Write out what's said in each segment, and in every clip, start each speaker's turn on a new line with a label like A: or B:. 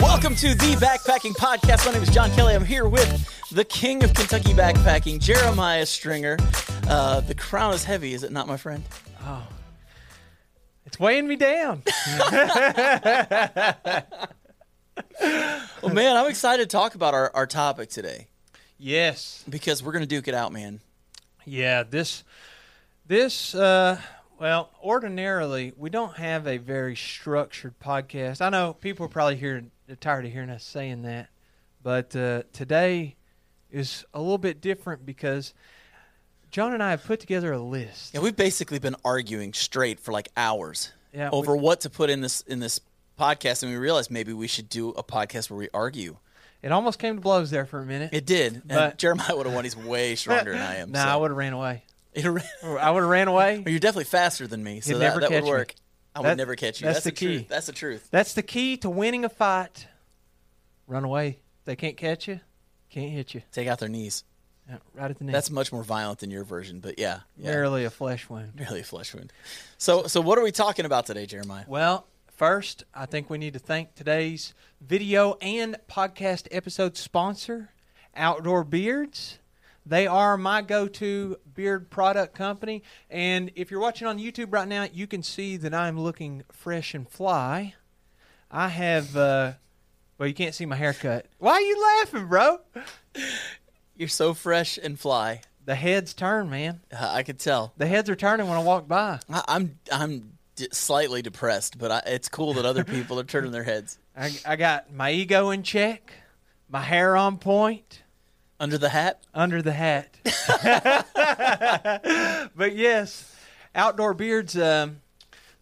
A: Welcome to the Backpacking Podcast. My name is John Kelly. I'm here with the king of Kentucky backpacking, Jeremiah Stringer. Uh, the crown is heavy, is it not, my friend?
B: It's weighing me down.
A: Well, man, I'm excited to talk about our, our topic today
B: yes.
A: because we're going to duke it out, man.
B: Yeah, this this uh well, ordinarily we don't have a very structured podcast. I know people are probably hearing they're tired of hearing us saying that, but uh today is a little bit different because John and I have put together a list.
A: Yeah, we've basically been arguing straight for like hours
B: Yeah,
A: over what to put in this in this podcast, and we realized maybe we should do a podcast where we argue.
B: It almost came to blows there for a minute.
A: It did, and
B: But-
A: Jeremiah would have won. He's way stronger than I am.
B: nah, I would have ran away.
A: so.
B: I would have ran away.
A: Well, you're definitely faster than me, so
B: He'd
A: that,
B: never
A: that would
B: catch me.
A: work. I would
B: That-
A: never catch you. That's,
B: that's the
A: truth.
B: key.
A: That's the truth.
B: That's the key to winning a fight. Run away. They can't catch you. Can't hit you.
A: Take out their knees.
B: Yeah, Right at the knee.
A: That's much more violent than your version, but yeah, yeah.
B: merely a flesh wound.
A: Merely a flesh wound. So, so what are we talking about today, Jeremiah?
B: Well, first, I think we need to thank today's video and podcast episode sponsor, Outdoor Beards. They are my go to beard product company. And if you're watching on YouTube right now, you can see that I'm looking fresh and fly. I have, uh, well, you can't see my haircut. Why are you laughing, bro?
A: You're so fresh and fly.
B: The heads turn, man.
A: Uh, I could tell.
B: The heads are turning when I walk by.
A: I, I'm I'm d- slightly depressed, but I, it's cool that other people are turning their heads
B: I, I got my ego in check, my hair on point,
A: under the hat.
B: under the hat. but yes, Outdoor Beards, um,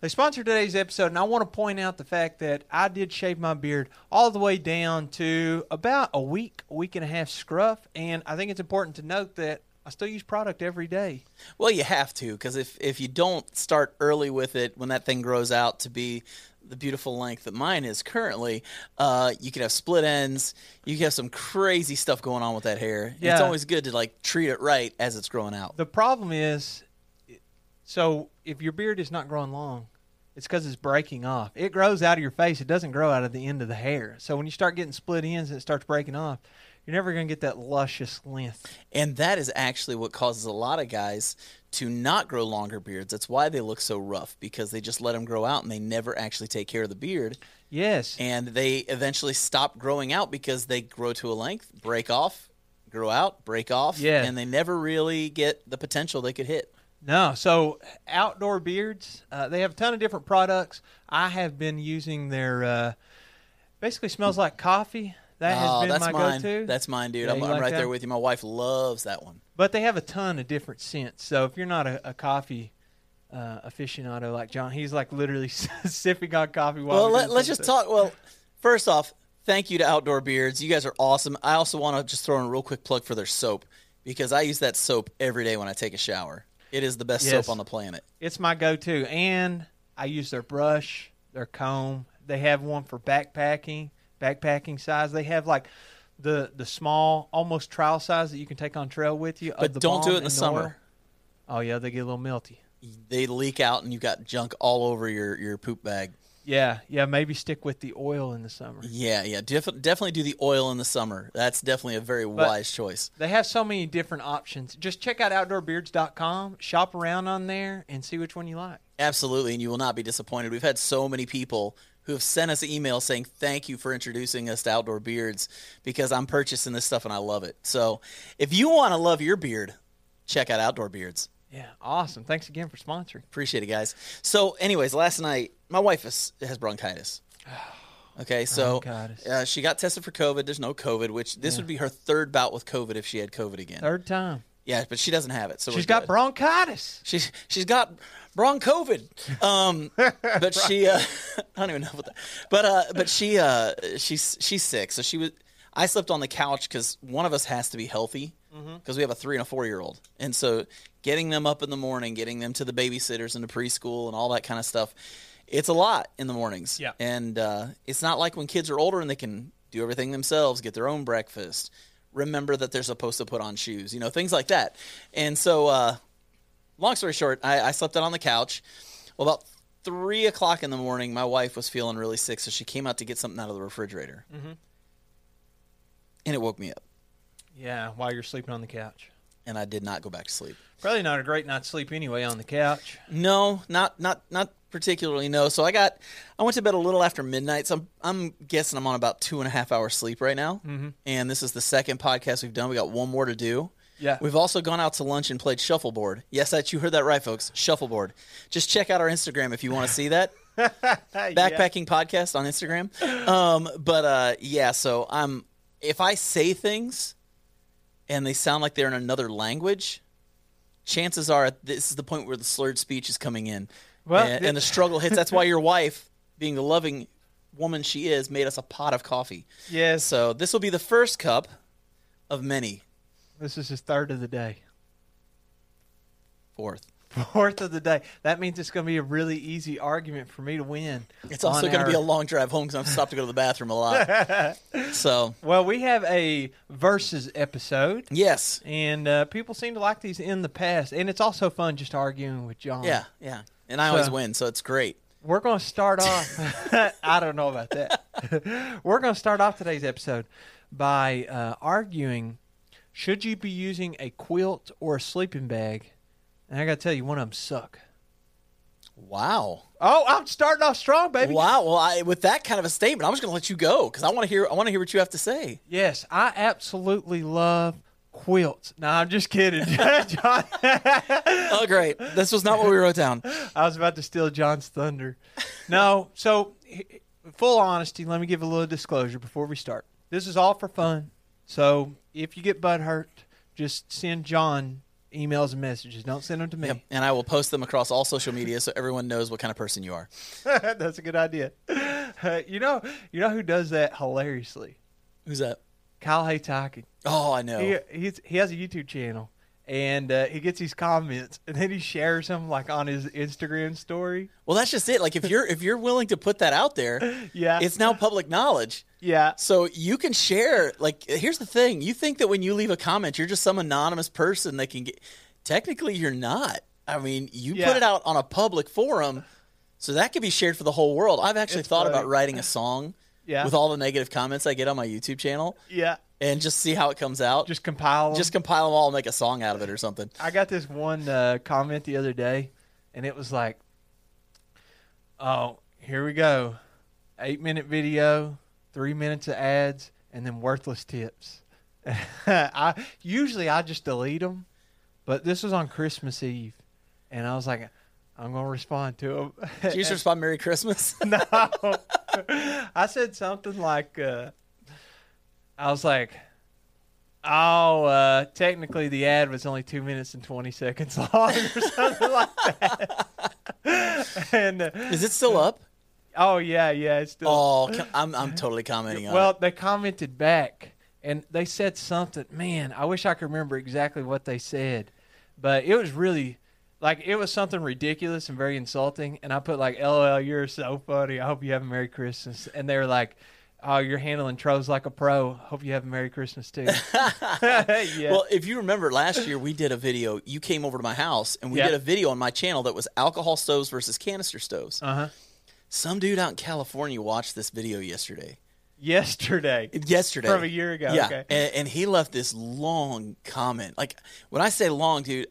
B: they sponsored today's episode, and I want to point out the fact that I did shave my beard all the way down to about a week, week and a half scruff, and I think it's important to note that I still use product every day.
A: Well, you have to, because if if you don't start early with it, when that thing grows out to be the beautiful length that mine is currently, uh, you can have split ends. You can have some crazy stuff going on with that hair. And It's
B: Yeah.
A: always good to like treat it right as it's growing out.
B: The problem is, so if your beard is not growing long, it's because it's breaking off. It grows out of your face. It doesn't grow out of the end of the hair. So when you start getting split ends and it starts breaking off, you're never going to get that luscious length.
A: And that is actually what causes a lot of guys to not grow longer beards. That's why they look so rough because they just let them grow out and they never actually take care of the beard.
B: Yes.
A: And they eventually stop growing out because they grow to a length, break off, grow out, break off,
B: Yeah.
A: and they never really get the potential they could hit.
B: No, so outdoor beards, uh, they have a ton of different products. I have been using their, uh, basically smells like coffee. That
A: oh,
B: has been
A: that's
B: my
A: mine.
B: go-to.
A: That's mine, dude.
B: Yeah,
A: I'm,
B: you
A: I'm
B: like
A: right
B: that?
A: there with you. My wife loves that one.
B: But they have a ton of different scents. So if you're not a, a coffee uh, aficionado like John, he's like literally sipping on coffee. While
A: Well,
B: we're
A: let,
B: doing
A: let's just
B: something.
A: talk. Well, first off, thank you to Outdoor Beards. You guys are awesome. I also want to just throw in a real quick plug for their soap because I use that soap every day when I take a shower. It is the best
B: Yes.
A: soap on the planet.
B: It's my go-to, and I use their brush, their comb. They have one for backpacking, backpacking size. They have like the the small, almost trial size that you can take on trail with you. of
A: But
B: the
A: don't do
B: balm
A: it in the
B: and
A: summer.
B: oil. Oh yeah, they get a little melty.
A: They leak out, and you've got junk all over your your poop bag.
B: Yeah, yeah. Maybe stick with the oil in the summer.
A: Yeah, yeah. Def- definitely do the oil in the summer. That's definitely a very wise choice.
B: They have so many different options. Just check out outdoorbeards.com, shop around on there, and see which one you like.
A: Absolutely, and you will not be disappointed. We've had so many people who have sent us emails saying thank you for introducing us to Outdoor Beards because I'm purchasing this stuff and I love it. So, if you want to love your beard, check out Outdoor Beards.
B: Yeah, awesome. Thanks again for sponsoring.
A: Appreciate it, guys. So, anyways, last night my wife is, has bronchitis. Okay, so
B: Bronchitis.
A: uh, she got tested for COVID. There's no COVID, which this would be her third bout with COVID if she had COVID again.
B: Third time.
A: Yeah, but she doesn't have it. So
B: She's
A: we're
B: got
A: good.
B: bronchitis.
A: She's she's got broncovid. Um, but she uh, I don't even know what that. But uh, but she uh, she's she's sick. So she was. I slept on the couch because one of us has to be healthy because we have a three and a four year old, and so getting them up in the morning, getting them to the babysitters and to preschool and all that kind of stuff, it's a lot in the mornings.
B: Yeah.
A: and uh, it's not like when kids are older and they can do everything themselves, get their own breakfast, remember that they're supposed to put on shoes, you know, things like that. And so uh, long story short, I, I slept out on the couch. Well, about three o'clock in the morning, my wife was feeling really sick, so she came out to get something out of the refrigerator, and it woke me up,
B: Yeah, while you're sleeping on the couch.
A: and I did not go back to sleep.
B: Probably not a great night's sleep anyway on the couch.
A: No, not not not particularly. No. So I got, I went to bed a little after midnight. So I'm I'm guessing I'm on about two and a half hours sleep right now. Mm-hmm. And this is the second podcast we've done. We got one more to do.
B: Yeah.
A: We've also gone out to lunch and played shuffleboard. Yes, that you heard that right, folks. Shuffleboard. Just check out our Instagram if you want to see that. backpacking podcast on Instagram. Um, but uh, yeah, so I'm if I say things and they sound like they're in another language, chances are this is the point where the slurred speech is coming in,
B: Well,
A: and, and the struggle hits. That's why your wife, being the loving woman she is, made us a pot of coffee.
B: Yes.
A: So this will be the first cup of many.
B: This is his third of the day.
A: Fourth.
B: Fourth of the day. That means it's going to be a really easy argument for me to win.
A: It's also
B: on
A: going to be a
B: our-
A: long drive home because I'm stopped to go to the bathroom a lot. so
B: Well, we have a versus episode,
A: yes,
B: and uh, people seem to like these in the past, and it's also fun just arguing with John.
A: yeah, yeah, and I always
B: So-
A: win, so it's great.
B: We're going to start off. I don't know about that. We're going to start off today's episode by uh, arguing should you be using a quilt or a sleeping bag? And I got to tell you, one of them suck.
A: Wow.
B: Oh, I'm starting off strong, baby.
A: Wow. Well, I, with that kind of a statement, I'm just going to let you go because I want to hear. I want to hear what you have to say.
B: Yes, I absolutely love quilts. No, I'm just kidding, John.
A: Oh, great. This was not what we wrote down.
B: I was about to steal John's thunder. No, so h- full honesty, let me give a little disclosure before we start. This is all for fun. So if you get butt hurt, just send John emails and messages. Don't send them to me.
A: And I will post them across all social media so everyone knows what kind of person you are.
B: That's a good idea. you know, you know who does that hilariously?
A: Who's that?
B: Kyle Haytaki.
A: Oh, I know.
B: He he's, he has a YouTube channel, and uh, he gets these comments, and then he shares them like on his Instagram story.
A: Well, that's just it. Like if you're if you're willing to put that out there,
B: Yeah.
A: it's now public knowledge.
B: Yeah,
A: So you can share. Like here's the thing: you think that when you leave a comment, you're just some anonymous person that can get. Technically, you're not. I mean, you
B: Yeah.
A: put it out on a public forum, so that could be shared for the whole world. I've actually
B: It's
A: thought
B: funny.
A: about writing a song
B: Yeah.
A: with all the negative comments I get on my YouTube channel,
B: yeah.
A: and just see how it comes out. Just
B: Just compile. 'em.
A: just compile them all and make a song out of it or something.
B: I got this one uh, comment the other day, and it was like, "Oh, here we go, eight minute video, three minutes of ads, and then worthless tips." I usually I just delete them, but this was on Christmas Eve, and I was like, "I'm gonna respond to them."
A: Did you just respond "Merry Christmas"?
B: no. I said something like, uh, I was like, oh, uh, technically the ad was only two minutes and 20 seconds long or something like that. and, uh,
A: Is it still up?
B: oh, yeah, yeah, it's still.
A: Oh, can- I'm I'm totally commenting on
B: well,
A: it.
B: they commented back and they said something. Man, I wish I could remember exactly what they said, but it was really like it was something ridiculous and very insulting. And I put like, "LOL, you're so funny. I hope you have a Merry Christmas." And they were like. Oh, you're handling trolls like a pro. Hope you have a Merry Christmas too. yeah.
A: Well, if you remember last year, we did a video. You came over to my house and we
B: Yeah.
A: did a video on my channel that was alcohol stoves versus canister stoves.
B: uh huh.
A: Some dude out in California watched this video yesterday.
B: Yesterday.
A: Yesterday.
B: From a year ago,
A: Yeah.
B: okay.
A: And, and he left this long comment. Like, when I say long, dude,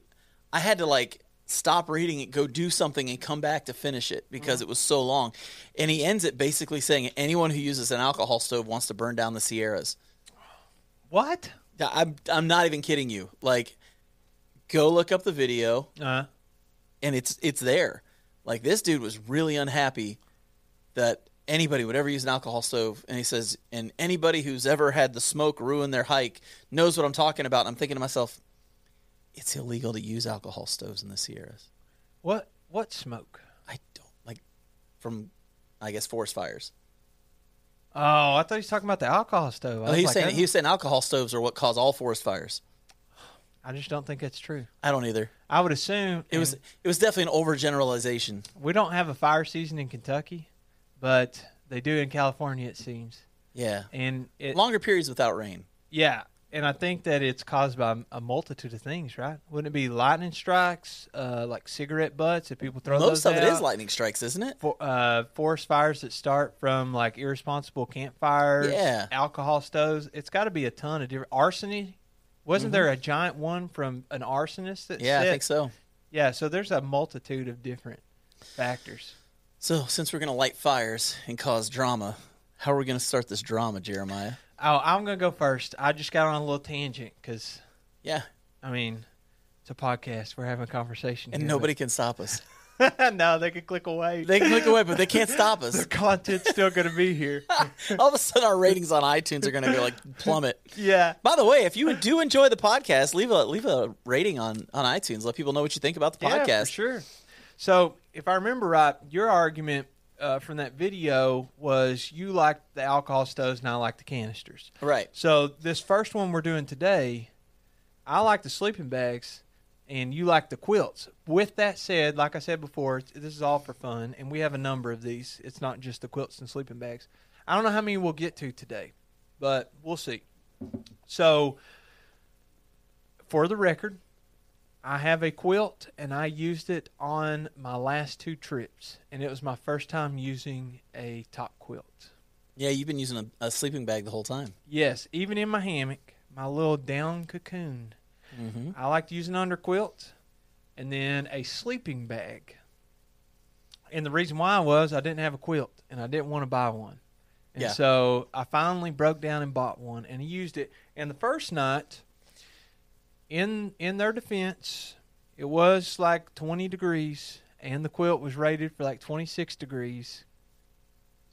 A: I had to like stop reading it, go do something, and come back to finish it because
B: Uh-huh.
A: it was so long. And he ends it basically saying anyone who uses an alcohol stove wants to burn down the Sierras.
B: What?
A: Yeah, I'm, I'm not even kidding you. Like, go look up the video.
B: Uh huh.
A: and it's it's there. Like this dude was really unhappy that anybody would ever use an alcohol stove, and he says, and anybody who's ever had the smoke ruin their hike knows what I'm talking about. And I'm thinking to myself, it's illegal to use alcohol stoves in the Sierras.
B: What what smoke?
A: I don't like from, I guess forest fires.
B: Oh, I thought he was talking about the alcohol stove. I
A: Oh,
B: was
A: he was
B: like,
A: saying
B: I-
A: he was saying alcohol stoves are what cause all forest fires.
B: I just don't think that's true.
A: I don't either.
B: I would assume
A: It was
B: and
A: it was definitely an overgeneralization.
B: We don't have a fire season in Kentucky, but they do in California. It seems,
A: Yeah,
B: and it,
A: longer periods without rain.
B: yeah, and I think that it's caused by a multitude of things, right? Wouldn't it be lightning strikes, uh, like cigarette butts that people throw?
A: Most
B: those
A: of it is
B: out?
A: lightning strikes, isn't it?
B: for, uh, forest fires that start from like irresponsible campfires,
A: Yeah.
B: alcohol stoves. It's got to be a ton of different arsony. Wasn't there a giant one from an arsonist that
A: Mm-hmm. Yeah, I
B: said-
A: think so.
B: Yeah, so there's a multitude of different factors.
A: So since we're gonna light fires and cause drama, how are we gonna start this drama, Jeremiah?
B: Oh, I'm gonna go first. I just got on a little tangent because
A: Yeah,
B: I mean, it's a podcast. We're having a conversation,
A: and
B: here,
A: nobody can stop us.
B: but- no, they could click away.
A: They can click away, but they can't stop
B: the
A: us.
B: content's still gonna be here.
A: All of a sudden, our ratings on iTunes are going to go like plummet.
B: yeah.
A: By the way, if you do enjoy the podcast, leave a leave a rating on on iTunes. Let people know what you think about the podcast.
B: Yeah, for sure. So, if I remember right, your argument uh, from that video was you like the alcohol stoves and I like the canisters.
A: Right.
B: So, this first one we're doing today, I like the sleeping bags and you like the quilts. With that said, like I said before, it's- this is all for fun and we have a number of these. It's not just the quilts and sleeping bags. I don't know how many we'll get to today, but we'll see. So, for the record, I have a quilt and I used it on my last two trips, and it was my first time using a top quilt.
A: Yeah, you've been using a, a sleeping bag the whole time.
B: Yes, even in my hammock, my little down cocoon,
A: Mm-hmm.
B: I liked using under quilt and then a sleeping bag. And the reason why was I didn't have a quilt and I didn't want to buy one. And
A: Yeah.
B: so I finally broke down and bought one and used it. And the first night, in in their defense, it was like 20 degrees and the quilt was rated for like 26 degrees.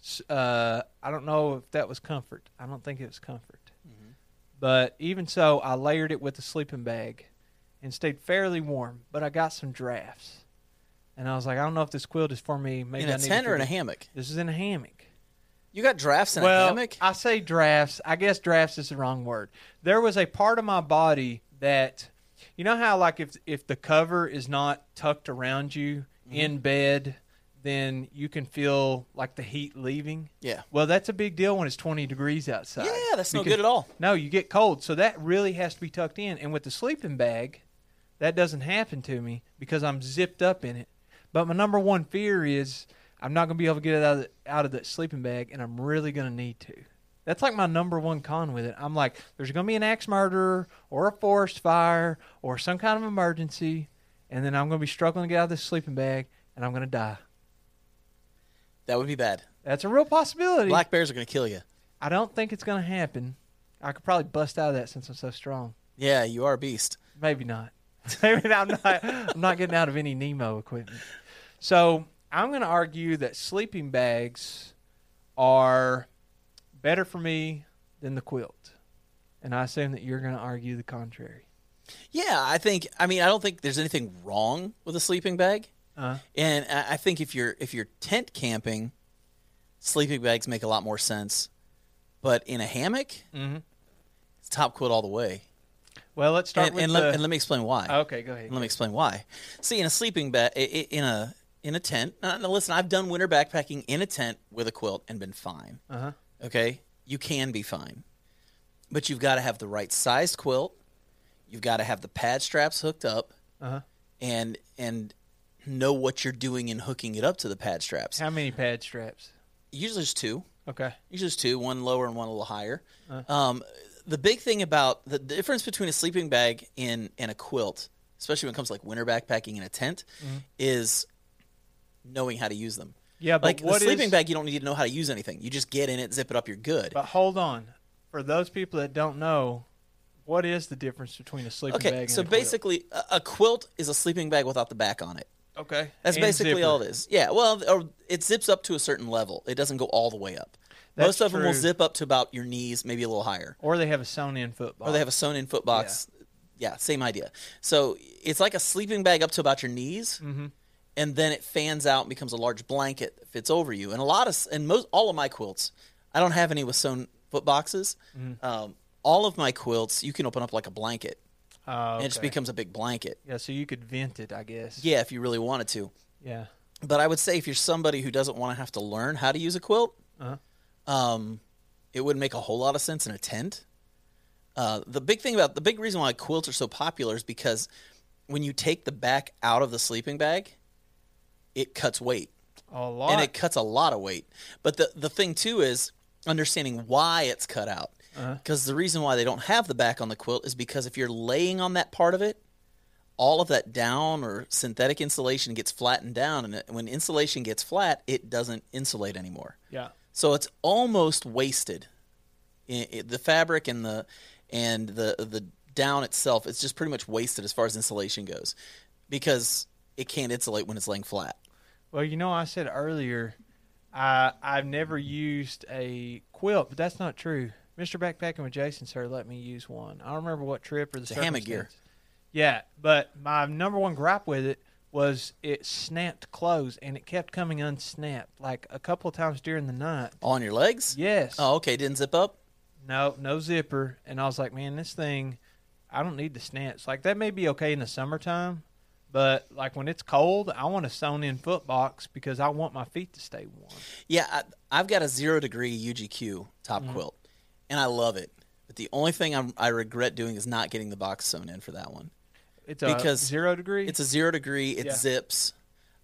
B: S- Uh, I don't know if that was comfort. I don't think it was comfort.
A: Mm-hmm.
B: But even so, I layered it with a sleeping bag and stayed fairly warm. But I got some drafts, and I was like, I don't know if this quilt is for me. Maybe
A: In
B: I
A: a
B: need
A: tent
B: to
A: or in a
B: get-
A: hammock.
B: This is in a hammock.
A: You got drafts in
B: well,
A: a hammock.
B: I say drafts. I guess drafts is the wrong word. There was a part of my body that, you know how like if if the cover is not tucked around you
A: Mm-hmm.
B: in bed, then you can feel like the heat leaving.
A: yeah.
B: Well, that's a big deal when it's 20 degrees outside.
A: Yeah, that's no
B: Because-
A: good at all.
B: no, you get cold. So that really has to be tucked in. And with the sleeping bag, that doesn't happen to me because I'm zipped up in it. But my number one fear is I'm not going to be able to get it out of, the, out of that sleeping bag, and I'm really going to need to. That's like my number one con with it. I'm like, there's going to be an axe murderer or a forest fire or some kind of emergency, and then I'm going to be struggling to get out of this sleeping bag, and I'm going to die.
A: That would be bad.
B: That's a real possibility.
A: Black bears are going to kill you.
B: I don't think it's going to happen. I could probably bust out of that since I'm so strong.
A: Yeah, you are a beast.
B: Maybe not. Maybe I'm not. I'm not getting out of any Nemo equipment. So I'm going to argue that sleeping bags are better for me than the quilt, and I assume that you're going to argue the contrary.
A: Yeah, I think. I mean, I don't think there's anything wrong with a sleeping bag.
B: Uh,
A: And I I think if you're if you're tent camping, sleeping bags make a lot more sense. But in a hammock,
B: Mhm.
A: it's top quilt all the way.
B: well, let's start
A: And,
B: with
A: and,
B: the.
A: let, and let me explain why.
B: okay, go ahead.
A: And let me explain why. See, in a sleeping bag, in a in a tent. Now, now listen, I've done winter backpacking in a tent with a quilt and been fine.
B: Uh huh.
A: Okay, you can be fine, but you've got to have the right sized quilt. You've got to have the pad straps hooked up,
B: Uh huh.
A: and and know what you're doing in hooking it up to the pad straps.
B: How many pad straps?
A: Usually there's two.
B: Okay.
A: Usually there's two, one lower and one a little higher.
B: Uh-huh.
A: Um, the big thing about the difference between a sleeping bag and, and a quilt, especially when it comes to like winter backpacking in a tent, is knowing how to use them.
B: Mm-hmm. Yeah, but
A: like the
B: what is-
A: sleeping bag, you don't need to know how to use anything. You just get in it, zip it up, you're good.
B: But hold on. For those people that don't know, what is the difference between a sleeping bag
A: Okay,
B: and
A: so
B: a quilt?
A: basically, a, a quilt is a sleeping bag without the back on it.
B: Okay.
A: That's
B: And
A: basically
B: zipper.
A: all it is. Yeah, well, or it zips up to a certain level. It doesn't go all the way up.
B: That's
A: Most of them will
B: true.
A: zip up to about your knees, maybe a little higher.
B: Or they have a sewn in football.
A: Or they have a sewn in foot box. Yeah. yeah, same idea. So it's like a sleeping bag up to about your knees,
B: Mm-hmm.
A: and then it fans out and becomes a large blanket that fits over you. And a lot of s- and most all of my quilts, I don't have any with sewn foot boxes.
B: Mm-hmm.
A: Um, all of my quilts, you can open up like a blanket,
B: Uh,
A: and it just becomes a big blanket.
B: yeah, so you could vent it, I guess.
A: Yeah, if you really wanted to.
B: Yeah.
A: But I would say if you're somebody who doesn't want to have to learn how to use a quilt, um, it wouldn't make a whole lot of sense in a tent. Uh, the big thing about the big reason why quilts are so popular is because when you take the back out of the sleeping bag, it cuts weight
B: A lot.
A: and it cuts a lot of weight. But the the thing too is understanding why it's cut out. Because the reason why they don't have the back on the quilt is because if you're laying on that part of it, all of that down or synthetic insulation gets flattened down, and it- when insulation gets flat, it doesn't insulate anymore.
B: yeah.
A: So it's almost wasted. I i the fabric and the and the the down itself it's just pretty much wasted as far as insulation goes, because it can't insulate when it's laying flat.
B: Well, you know, I said earlier, I I've never used a quilt, but that's not true. Mr. Backpacking with Jason, sir, let me use one. I don't remember what trip or the
A: a hammock gear.
B: circumstance. Yeah, but my number one gripe with it was it snapped closed and it kept coming unsnapped like a couple of times during the night.
A: On your legs?
B: Yes.
A: Oh, okay. Didn't zip up.
B: No, no zipper. And I was like, man, this thing, I don't need the snaps. Like that may be okay in the summertime, but like when it's cold, I want a sewn in foot box because I want my feet to stay warm.
A: Yeah, I, I've got a zero degree UGQ top
B: Mm-hmm.
A: quilt, and I love it. But the only thing I'm, I regret doing is not getting the box sewn in for that one.
B: It's a
A: Because
B: zero degree.
A: It's a zero degree. It
B: Yeah.
A: zips,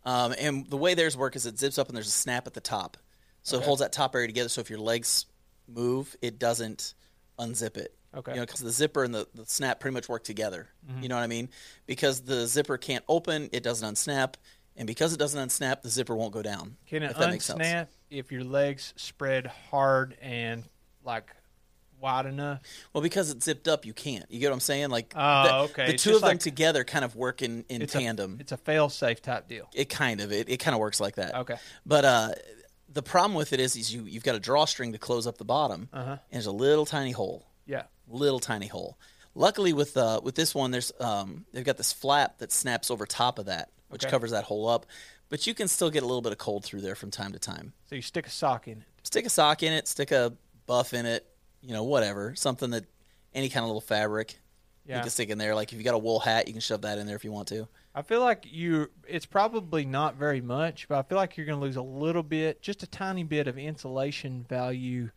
A: um, and the way theirs work is it zips up and there's a snap at the top, so it holds that top area together. So if your legs move, it doesn't unzip it.
B: Okay. Mm-hmm.
A: You know, because the zipper and the, the snap pretty much work together. You know what I mean? Because the zipper can't open, it doesn't unsnap, and because it doesn't unsnap, the zipper won't go down.
B: can it
A: if that makes sense.
B: unsnap if your legs spread hard and like wide enough?
A: Well, because it's zipped up, you can't. You get what I'm saying? Like,
B: Oh,
A: the,
B: okay.
A: the
B: It's
A: two
B: just
A: of them
B: like-
A: together kind of work in, in
B: It's
A: tandem.
B: A, it's a fail safe type deal.
A: it kind of it, it kind of works like that.
B: Okay.
A: But uh, the problem with it is, is you you've got a drawstring to close up the bottom,
B: Uh-huh.
A: and there's a little tiny hole,
B: Yeah.
A: little tiny hole. Luckily, with uh, with this one, there's um, they've got this flap that snaps over top of that, which
B: Okay.
A: covers that hole up. But you can still get a little bit of cold through there from time to time
B: So you stick a sock in it.
A: stick a sock in it, stick a buff in it, you know, whatever, something that any kind of little fabric
B: Yeah.
A: you can stick in there. Like if you got a wool hat, you can shove that in there if you want to.
B: I feel like you it's probably not very much, but I feel like you're going to lose a little bit, just a tiny bit of insulation value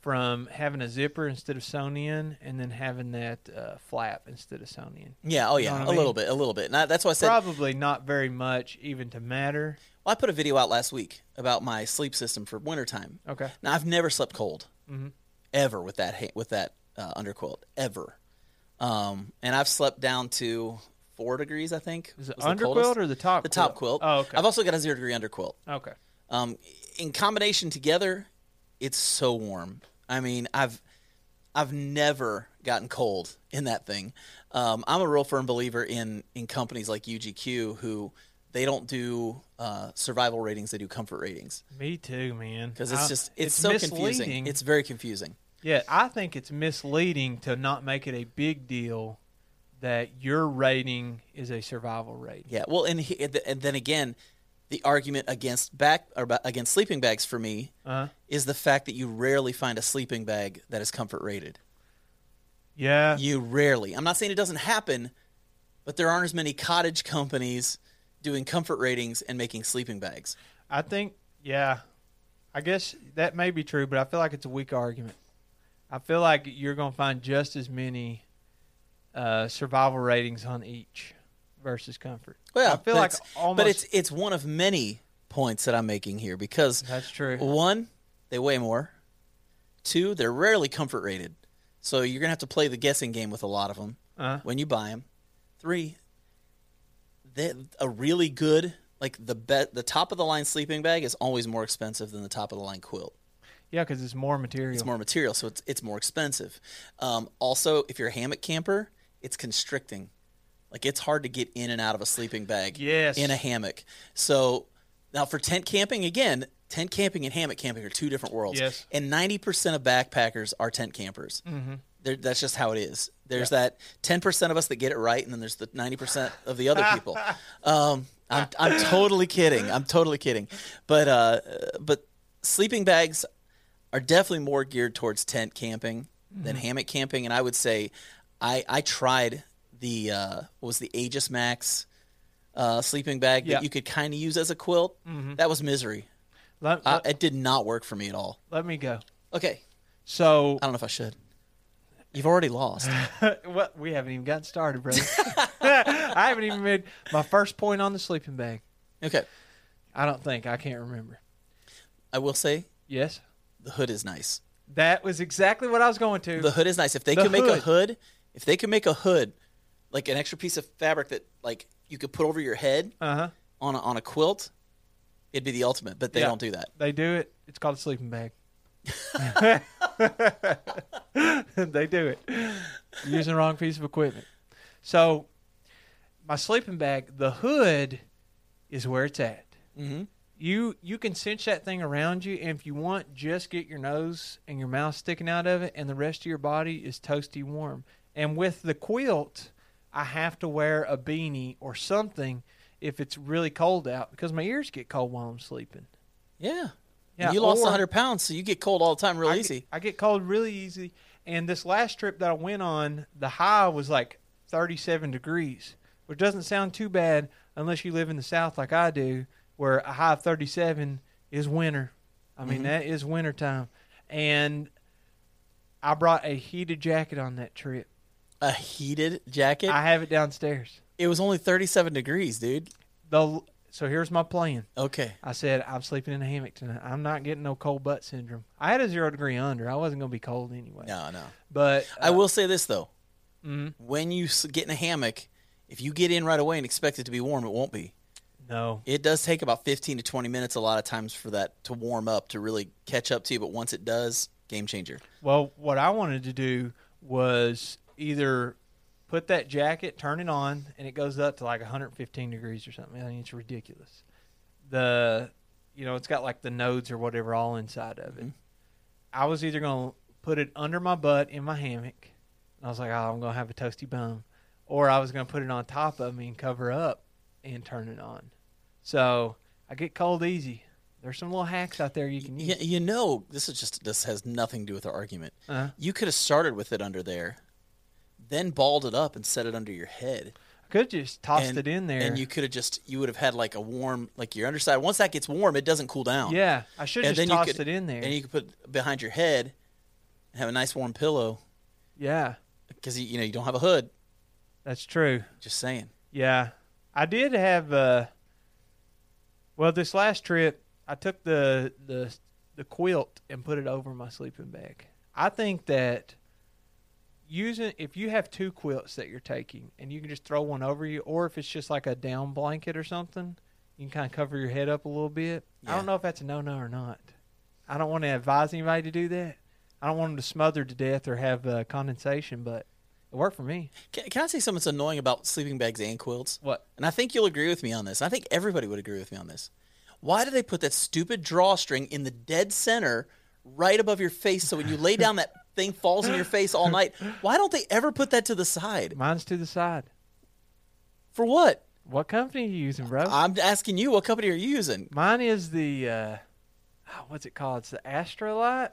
B: from having a zipper instead of sewn in and then having that uh, flap instead of sewn in.
A: Yeah, oh yeah,
B: what I
A: a little
B: mean?
A: bit, a little bit. And I, that's why I said
B: Probably not very much even to matter.
A: well, I put a video out last week about my sleep system for wintertime.
B: Okay.
A: Now I've never slept cold
B: Mm-hmm.
A: ever with that ha- with that uh, underquilt ever, um, and I've slept down to four degrees. I think
B: Is it
A: was the
B: underquilt
A: coldest.
B: or the top
A: The top
B: quilt?
A: quilt.
B: Oh, okay.
A: I've also got a zero degree underquilt.
B: Okay.
A: um, in combination together, it's so warm. I mean, I've I've never gotten cold in that thing. Um, I'm a real firm believer in in companies like UGQ who they don't do uh, survival ratings; they do comfort ratings
B: Me too, man.
A: because it's
B: I-
A: just it's, so confusing.
B: Uh, misleading.
A: It's very confusing.
B: Yeah, I think it's misleading to not make it a big deal that your rating is a survival rating.
A: Yeah. Well, and he, and then again, the argument against back or ba- against sleeping bags for me is the fact that you rarely find a sleeping bag that is comfort rated.
B: Yeah.
A: You rarely. I'm not saying it doesn't happen, but there aren't as many cottage companies doing comfort ratings and making sleeping bags.
B: I think, yeah, I guess that may be true, but I feel like it's a weak argument. I feel like you're going to find just as many uh, survival ratings on each versus comfort.
A: Well,
B: I feel
A: but
B: like
A: it's-
B: almost.
A: but it's it's one of many points that I'm making here because
B: That's true.
A: One, they weigh more. Two, they're rarely comfort rated, so you're gonna have to play the guessing game with a lot of them
B: Uh.
A: when you buy them. Three, they, a really good like the bet the top of the line sleeping bag is always more expensive than the top of the line quilt.
B: yeah, because it's more material.
A: It's more material, so it's it's more expensive. Um, also, if you're a hammock camper, it's constricting. Like it's hard to get in and out of a sleeping bag.
B: Yes.
A: In a hammock. So now for tent camping, again, tent camping and hammock camping are two different worlds.
B: Yes.
A: And ninety percent of backpackers are tent campers. There, that's just how it is. There's that ten percent of us that get it right, and then there's the ninety percent of the other people. Um, I'm, I'm totally kidding. I'm totally kidding. But uh, but sleeping bags are definitely more geared towards tent camping than hammock camping. And I would say, I I tried the uh, what was the Aegis Max uh, sleeping bag
B: Yeah. Mm-hmm.
A: that you could kind of use as a quilt. That was misery.
B: Let,
A: I,
B: let,
A: it did not work for me at all.
B: let me go.
A: Okay,
B: So
A: I don't know if I should. You've already lost.
B: what, we haven't even gotten started, brother. I haven't even made my first point on the sleeping bag.
A: Okay,
B: I don't think I can't remember.
A: I will say
B: Yes,
A: the hood is nice.
B: that was exactly what I was going to.
A: The hood is nice. If they
B: The
A: could make a
B: hood.
A: hood, if they could make a hood, like an extra piece of fabric that like you could put over your head
B: uh huh.
A: on a, on a quilt, it'd be the ultimate. But they
B: Yeah.
A: don't do that.
B: They do it. It's called a sleeping bag. they do it. Using the wrong piece of equipment. So, my sleeping bag, the hood is where it's at.
A: Mhm.
B: You you can cinch that thing around you, and if you want, just get your nose and your mouth sticking out of it, and the rest of your body is toasty warm. And with the quilt, I have to wear a beanie or something if it's really cold out because my ears get cold while I'm sleeping.
A: Yeah.
B: Yeah,
A: And you lost
B: or-
A: 100 pounds, so you get cold all the time, real
B: I
A: easy.
B: Get, I get cold really easy. And this last trip that I went on, the high was like 37 degrees, which doesn't sound too bad unless you live in the South like I do, where a high of 37 is winter. I
A: Mm-hmm.
B: mean, that is winter time. And I brought a heated jacket on that trip.
A: A heated jacket.
B: I have it downstairs.
A: it was only 37 degrees, dude.
B: The so here's my plan.
A: Okay.
B: I said I'm sleeping in a hammock tonight. I'm not getting no cold butt syndrome. I had a zero degree under. I wasn't gonna be cold anyway.
A: No, no.
B: But uh,
A: I will say this though:
B: Mm-hmm.
A: when you s- get in a hammock, if you get in right away and expect it to be warm, it won't be.
B: no,
A: It does take about fifteen to twenty minutes a lot of times for that to warm up to really catch up to you. But once it does, game changer.
B: Well, what I wanted to do was either put that jacket, turn it on, and it goes up to like 115 degrees or something. I mean, it's ridiculous. The, you know, it's got like the nodes or whatever all inside of
A: Mm-hmm.
B: it. I was either going to put it under my butt in my hammock, and I was like, oh, I'm going to have a toasty bum, or I was going to put it on top of me and cover up and turn it on. So I get cold easy. There's some little hacks out there you can use.
A: You, you know, this is just this has nothing to do with our argument.
B: Uh-huh.
A: You could have started with it under there, then balled it up and set it under your head.
B: I could just toss
A: and-
B: it in there.
A: and you could have just you would have had like a warm like your underside. Once that gets warm, it doesn't cool down.
B: Yeah, I should have
A: and
B: just
A: then you
B: tossed
A: could
B: it in there.
A: and you could put it behind your head and have a nice warm pillow
B: yeah,
A: because you, you know you don't have a hood.
B: that's true.
A: Just saying.
B: Yeah, I did have. Uh, well, this last trip, I took the the the quilt and put it over my sleeping bag. I think that using if you have two quilts that you're taking and you can just throw one over you, or if it's just like a down blanket or something, you can kind of cover your head up a little bit. I
A: Yeah.
B: don't know if that's a no no or not. I don't want to advise anybody to do that. I don't want them to smother to death or have uh, condensation, but it worked for me.
A: Can, can I say something that's annoying about sleeping bags and quilts?
B: What?
A: And I think you'll agree with me on this. I think everybody would agree with me on this. Why do they put that stupid drawstring in the dead center right above your face so when you lay down that thing falls in your face all night? Why don't they ever put that to the side?
B: Mine's to the side.
A: For what?
B: What company are you using, bro?
A: I'm asking you, what company are you using?
B: Mine is the uh, oh, what's it called? It's the Astrolite.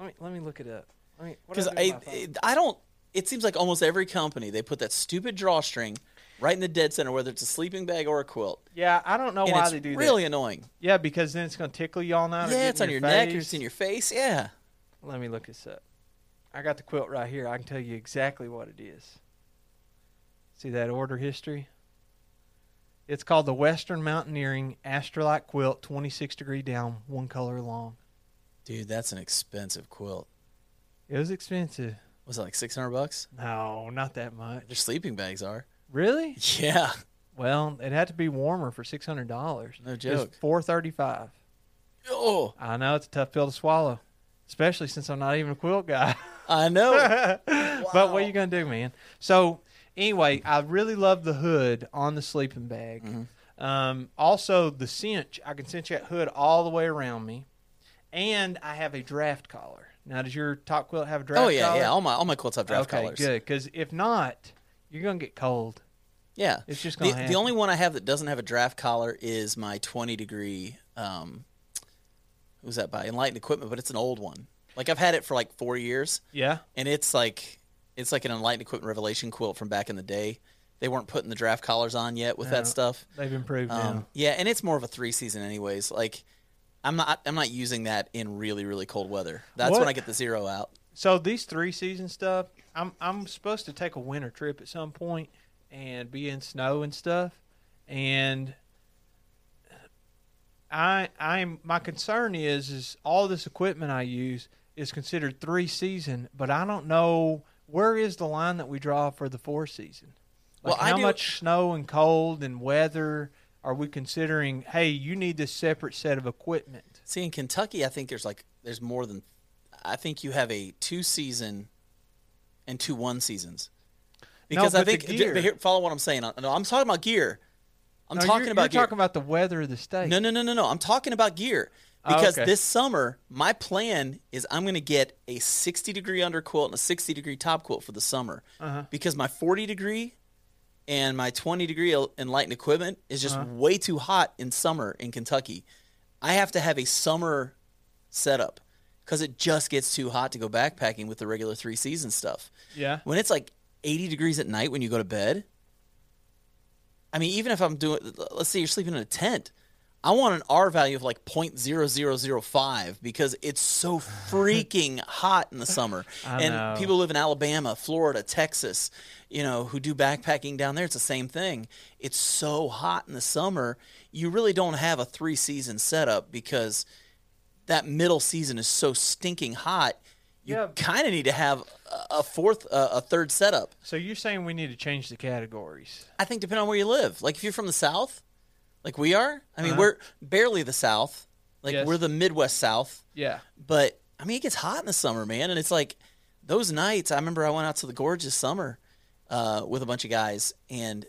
B: Let me let me look it up. Let me what do
A: Because
B: I do
A: I,
B: with my phone?
A: I don't. It seems like almost every company they put that stupid drawstring right in the dead center, whether it's a sleeping bag or a quilt.
B: yeah, I don't know
A: And
B: why
A: it's
B: they do
A: really
B: that.
A: annoying.
B: Yeah, because then it's gonna tickle you all night. or
A: Yeah,
B: get
A: it's
B: in
A: on your,
B: your
A: neck or
B: face.
A: it's in your face. Yeah.
B: Let me look this up. I got the quilt right here. I can tell you exactly what it is. See that order history? It's called the Western Mountaineering Astrolite Quilt, 26 degree down, one color long.
A: Dude, that's an expensive quilt.
B: It was expensive.
A: Was it like six hundred bucks?
B: No, not that much.
A: Their sleeping bags are.
B: Really?
A: Yeah.
B: Well, it had to be warmer for six hundred dollars.
A: No joke.
B: Four thirty-five.
A: Oh,
B: I know it's a tough pill to swallow, especially since I'm not even a quilt guy.
A: I know.
B: But what are you gonna do, man? So anyway, I really love the hood on the sleeping bag.
A: Mm-hmm.
B: Um, also, the cinch. I can cinch that hood all the way around me, and I have a draft collar. Now, does your top quilt have a draft?
A: Oh yeah,
B: collar?
A: yeah. All my all my quilts have draft
B: okay,
A: collars.
B: good. Because if not, you're gonna get cold.
A: Yeah,
B: It's just
A: the,
B: gonna
A: the
B: happen.
A: only one I have that doesn't have a draft collar is my 20 degree. Um, what was that by Enlightened Equipment? But it's an old one. Like I've had it for like four years,
B: Yeah.
A: and it's like it's like an Enlightened Equipment Revelation quilt from back in the day. They weren't putting the draft collars on yet with
B: No.
A: that stuff.
B: They've improved
A: Um,
B: now.
A: yeah, and it's more of a three season, anyways. Like I'm not I'm not using that in really really cold weather. That's
B: What-
A: when I get the zero out.
B: So these three season stuff, I'm I'm supposed to take a winter trip at some point and be in snow and stuff, and I I'm my concern is is all this equipment I use is considered three season, but I don't know where is the line that we draw for the four season. Like
A: Well, I
B: how
A: do-
B: much snow and cold and weather are we considering? Hey, you need this separate set of equipment.
A: See, in Kentucky, I think there's like there's more than. I think you have a two season, and two one seasons. Because I
B: but the
A: think
B: gear-
A: but here- follow what I'm saying. I- No, I'm talking about gear. I'm
B: No,
A: talking
B: you're,
A: about
B: you're
A: gear.
B: talking about the weather of the state.
A: no, no, no, no, no. I'm talking about gear
B: Oh,
A: because
B: okay.
A: this summer my plan is I'm going to get a 60 degree under quilt and a 60 degree top quilt for the summer
B: Uh-huh.
A: because my 40 degree and my 20 degree el- enlightened equipment is just
B: Uh-huh.
A: way too hot in summer in Kentucky. I have to have a summer setup because it just gets too hot to go backpacking with the regular three season stuff.
B: Yeah.
A: When it's like 80 degrees at night when you go to bed, I mean, even if I'm doing, let's say you're sleeping in a tent, I want an R value of like 0.0005 because it's so freaking hot in the summer.
B: I
A: and
B: know.
A: people live in Alabama, Florida, Texas, you know, who do backpacking down there. It's the same thing. It's so hot in the summer. You really don't have a three season setup because that middle season is so stinking hot. You
B: Yeah.
A: kind of need to have a- a fourth, uh, a third setup.
B: So you're saying we need to change the categories?
A: I think depending on where you live. Like if you're from the South, like we are. I mean, we're barely the South. Like
B: Uh-huh. Yes.
A: we're the Midwest South.
B: Yeah.
A: But I mean, it gets hot in the summer, man. And it's like those nights. I remember I went out to the gorge this summer uh, with a bunch of guys, and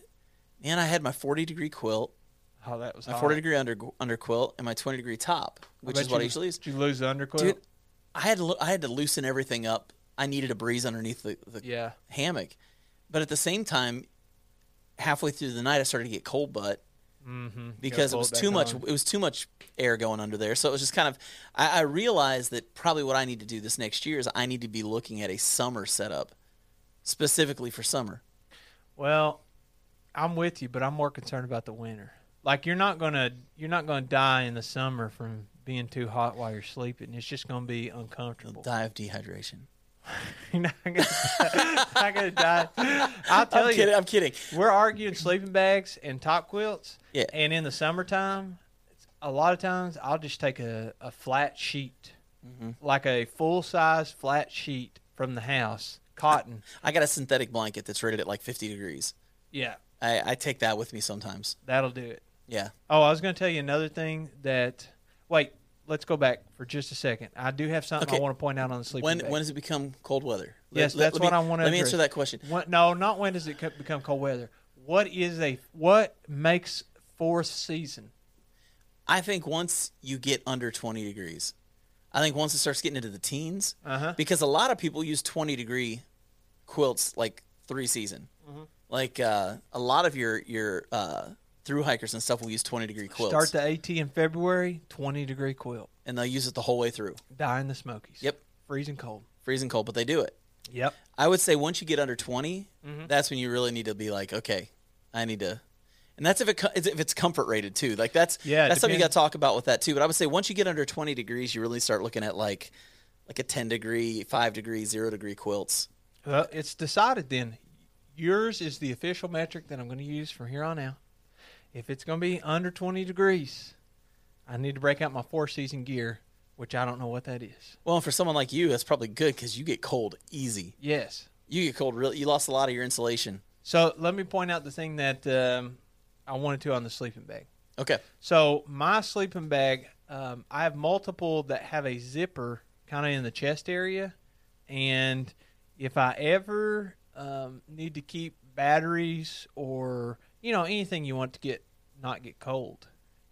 A: man, I had my 40 degree quilt,
B: Oh, that was
A: my
B: hot.
A: 40 degree under under quilt, and my 20 degree top, which
B: bet
A: is what I
B: you,
A: usually use.
B: Did you lose the underquilt?
A: Dude, I had to lo- I had to loosen everything up. I needed a breeze underneath the, the
B: Yeah.
A: hammock, but at the same time, halfway through the night, I started to get cold butt because it
B: Mm-hmm. pull
A: was
B: it back
A: too much.
B: on.
A: It was too much air going under there. So it was just kind of. I, I realized that probably what I need to do this next year is I need to be looking at a summer setup specifically for summer.
B: Well, I'm with you, but I'm more concerned about the winter. Like you're not gonna you're not gonna die in the summer from being too hot while you're sleeping. It's just gonna be uncomfortable.
A: Die of dehydration.
B: You're not gonna, not gonna die. I'll tell
A: I'm
B: you.
A: kidding. I'm kidding.
B: We're arguing sleeping bags and top quilts.
A: Yeah.
B: And in the summertime, a lot of times I'll just take a, a flat sheet,
A: Mm-hmm.
B: like a full size flat sheet from the house, cotton.
A: I got a synthetic blanket that's rated at like 50 degrees.
B: yeah,
A: I, I take that with me sometimes.
B: that'll do it.
A: Yeah.
B: Oh, I was going to tell you another thing that. Wait, let's go back for just a second. I do have something I
A: Okay.
B: want to point out on the sleeping
A: When
B: bag.
A: when does it become cold weather? Let-
B: Yes,
A: let-
B: that's
A: let
B: what
A: me-
B: I want to.
A: Let me answer that question.
B: What, no, not when does it co- become cold weather. What is a what makes fourth season?
A: I think once you get under 20 degrees, I think once it starts getting into the teens,
B: Uh-huh.
A: because a lot of people use 20 degree quilts like three season.
B: Mm-hmm.
A: Like uh, a lot of your your uh, through hikers and stuff will use 20 degree quilts,
B: Start the AT in February, 20 degree quilt.
A: and they'll use it the whole way through,
B: Die in the Smokies.
A: Yep.
B: Freezing cold.
A: freezing cold, but they do it.
B: Yep.
A: I would say once you get under 20,
B: Mm-hmm.
A: that's when you really need to be like, okay, I need to. And that's if it co- if it's comfort rated too. Like that's
B: Yeah, it
A: that's something you got
B: depends.
A: to talk about with that too. But I would say once you get under 20 degrees, you really start looking at like like a 10 degree, 5 degree, 0 degree quilts.
B: Well, it's decided then. Yours is the official metric that I'm going to use from here on out. If it's going to be under 20 degrees, I need to break out my four season gear, which I don't know what that is.
A: Well, and for someone like you, that's probably good cuz you get cold easy.
B: Yes.
A: You get cold really you lost a lot of your insulation.
B: So let me point out the thing that um, I wanted to on the sleeping bag.
A: Okay.
B: So my sleeping bag, um, I have multiple that have a zipper kind of in the chest area, and if I ever um, need to keep batteries or you know anything you want to get not get cold,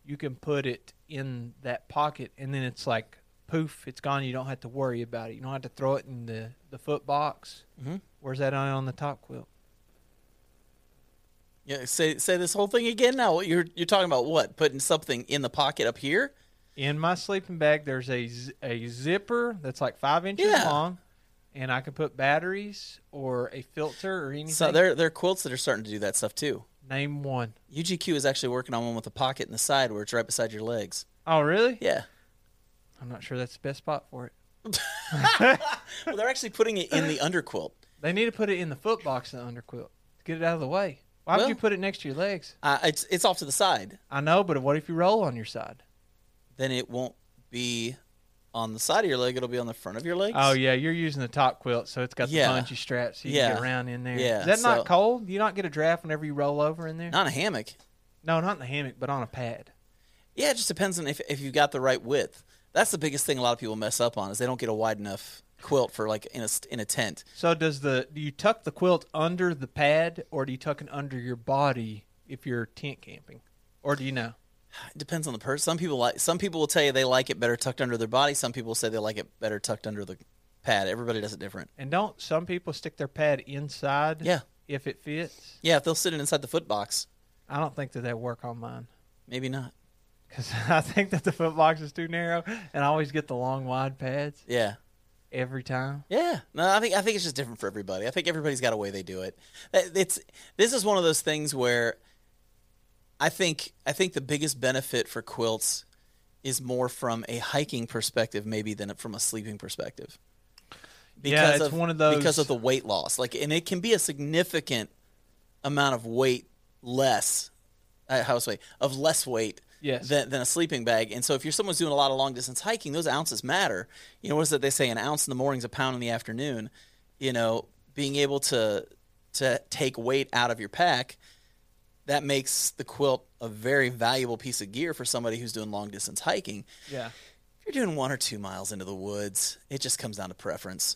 B: you can put it in that pocket, and then it's like poof, it's gone. You don't have to worry about it. You don't have to throw it in the, the foot box.
A: Mhm.
B: Where's that on, on the top quilt?
A: Yeah, say say this whole thing again. Now you're you're talking about what? Putting something in the pocket up here?
B: In my sleeping bag, there's a, z- a zipper that's like five inches
A: Yeah.
B: long, and I can put batteries or a filter or anything.
A: So there there are quilts that are starting to do that stuff too.
B: Name one.
A: UGQ is actually working on one with a pocket in the side where it's right beside your legs.
B: Oh, really?
A: Yeah.
B: I'm not sure that's the best spot for it.
A: Well, they're actually putting it in the underquilt.
B: They need to put it in the foot box in the underquilt to get it out of the way. Why would
A: Well-
B: you put it next to your legs?
A: Uh, it's it's off to the side.
B: I know, but what if you roll on your side?
A: Then it won't be on the side of your leg. It'll be on the front of your legs.
B: Oh yeah, you're using the top quilt, so it's got the
A: Yeah.
B: bungee straps. So you can
A: Yeah.
B: get around in there.
A: Yeah,
B: Is that
A: so-
B: not cold? Do you not get a draft whenever you roll over in there?
A: Not a hammock.
B: No, not in the hammock, but on a pad.
A: Yeah, it just depends on if if you've got the right width. That's the biggest thing a lot of people mess up on is they don't get a wide enough quilt for like in a st- in a tent.
B: So does the do you tuck the quilt under the pad, or do you tuck it under your body if you're tent camping, or do you know?
A: It depends on the person. Some people like some people will tell you they like it better tucked under their body. Some people say they like it better tucked under the pad. Everybody does it different.
B: And don't some people stick their pad inside?
A: Yeah.
B: If it fits,
A: Yeah, if they'll sit it inside the foot box,
B: I don't think that that work on mine.
A: maybe not.
B: because I think that the foot box is too narrow, and I always get the long wide pads
A: Yeah.
B: every time.
A: Yeah, no, I think I think it's just different for everybody. I think everybody's got a way they do it. That- It's this is one of those things where I think I think the biggest benefit for quilts is more from a hiking perspective, maybe than from a sleeping perspective.
B: Yeah, it's one of those-
A: because of the weight loss. Like, and it can be a significant amount of weight less. Uh, how say of less weight
B: Yes.
A: than, than a sleeping bag. And so if you're someone's doing a lot of long distance hiking, those ounces matter. You know, what is it they say? An ounce in the morning is a pound in the afternoon. You know, being able to to take weight out of your pack that makes the quilt a very valuable piece of gear for somebody who's doing long distance hiking.
B: Yeah,
A: If you're doing one or two miles into the woods, it just comes down to preference.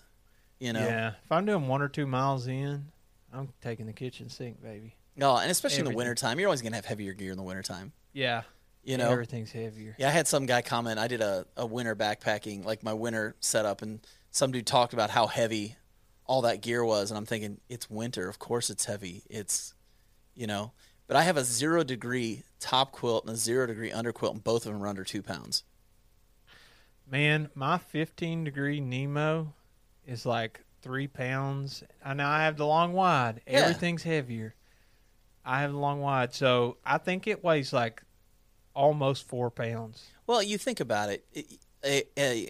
A: You know,
B: yeah. If I'm doing one or two miles in, I'm taking the kitchen sink, baby.
A: oh, and especially in
B: Everything.
A: the wintertime, you're always going to have heavier gear in the wintertime.
B: Yeah,
A: You know,
B: everything's heavier.
A: Yeah, I had some guy comment. I did a, a winter backpacking, like my winter setup, and some dude talked about how heavy all that gear was. And I'm thinking, it's winter. Of course it's heavy. It's, you know, but I have a zero degree top quilt and a zero degree under quilt, and both of them are under two pounds.
B: Man, my 15 degree Nemo is like three pounds. I know I have the long wide.
A: Yeah.
B: Everything's heavier. I have the long wide, so I think it weighs like almost four pounds.
A: Well, you think about it, it- a, a,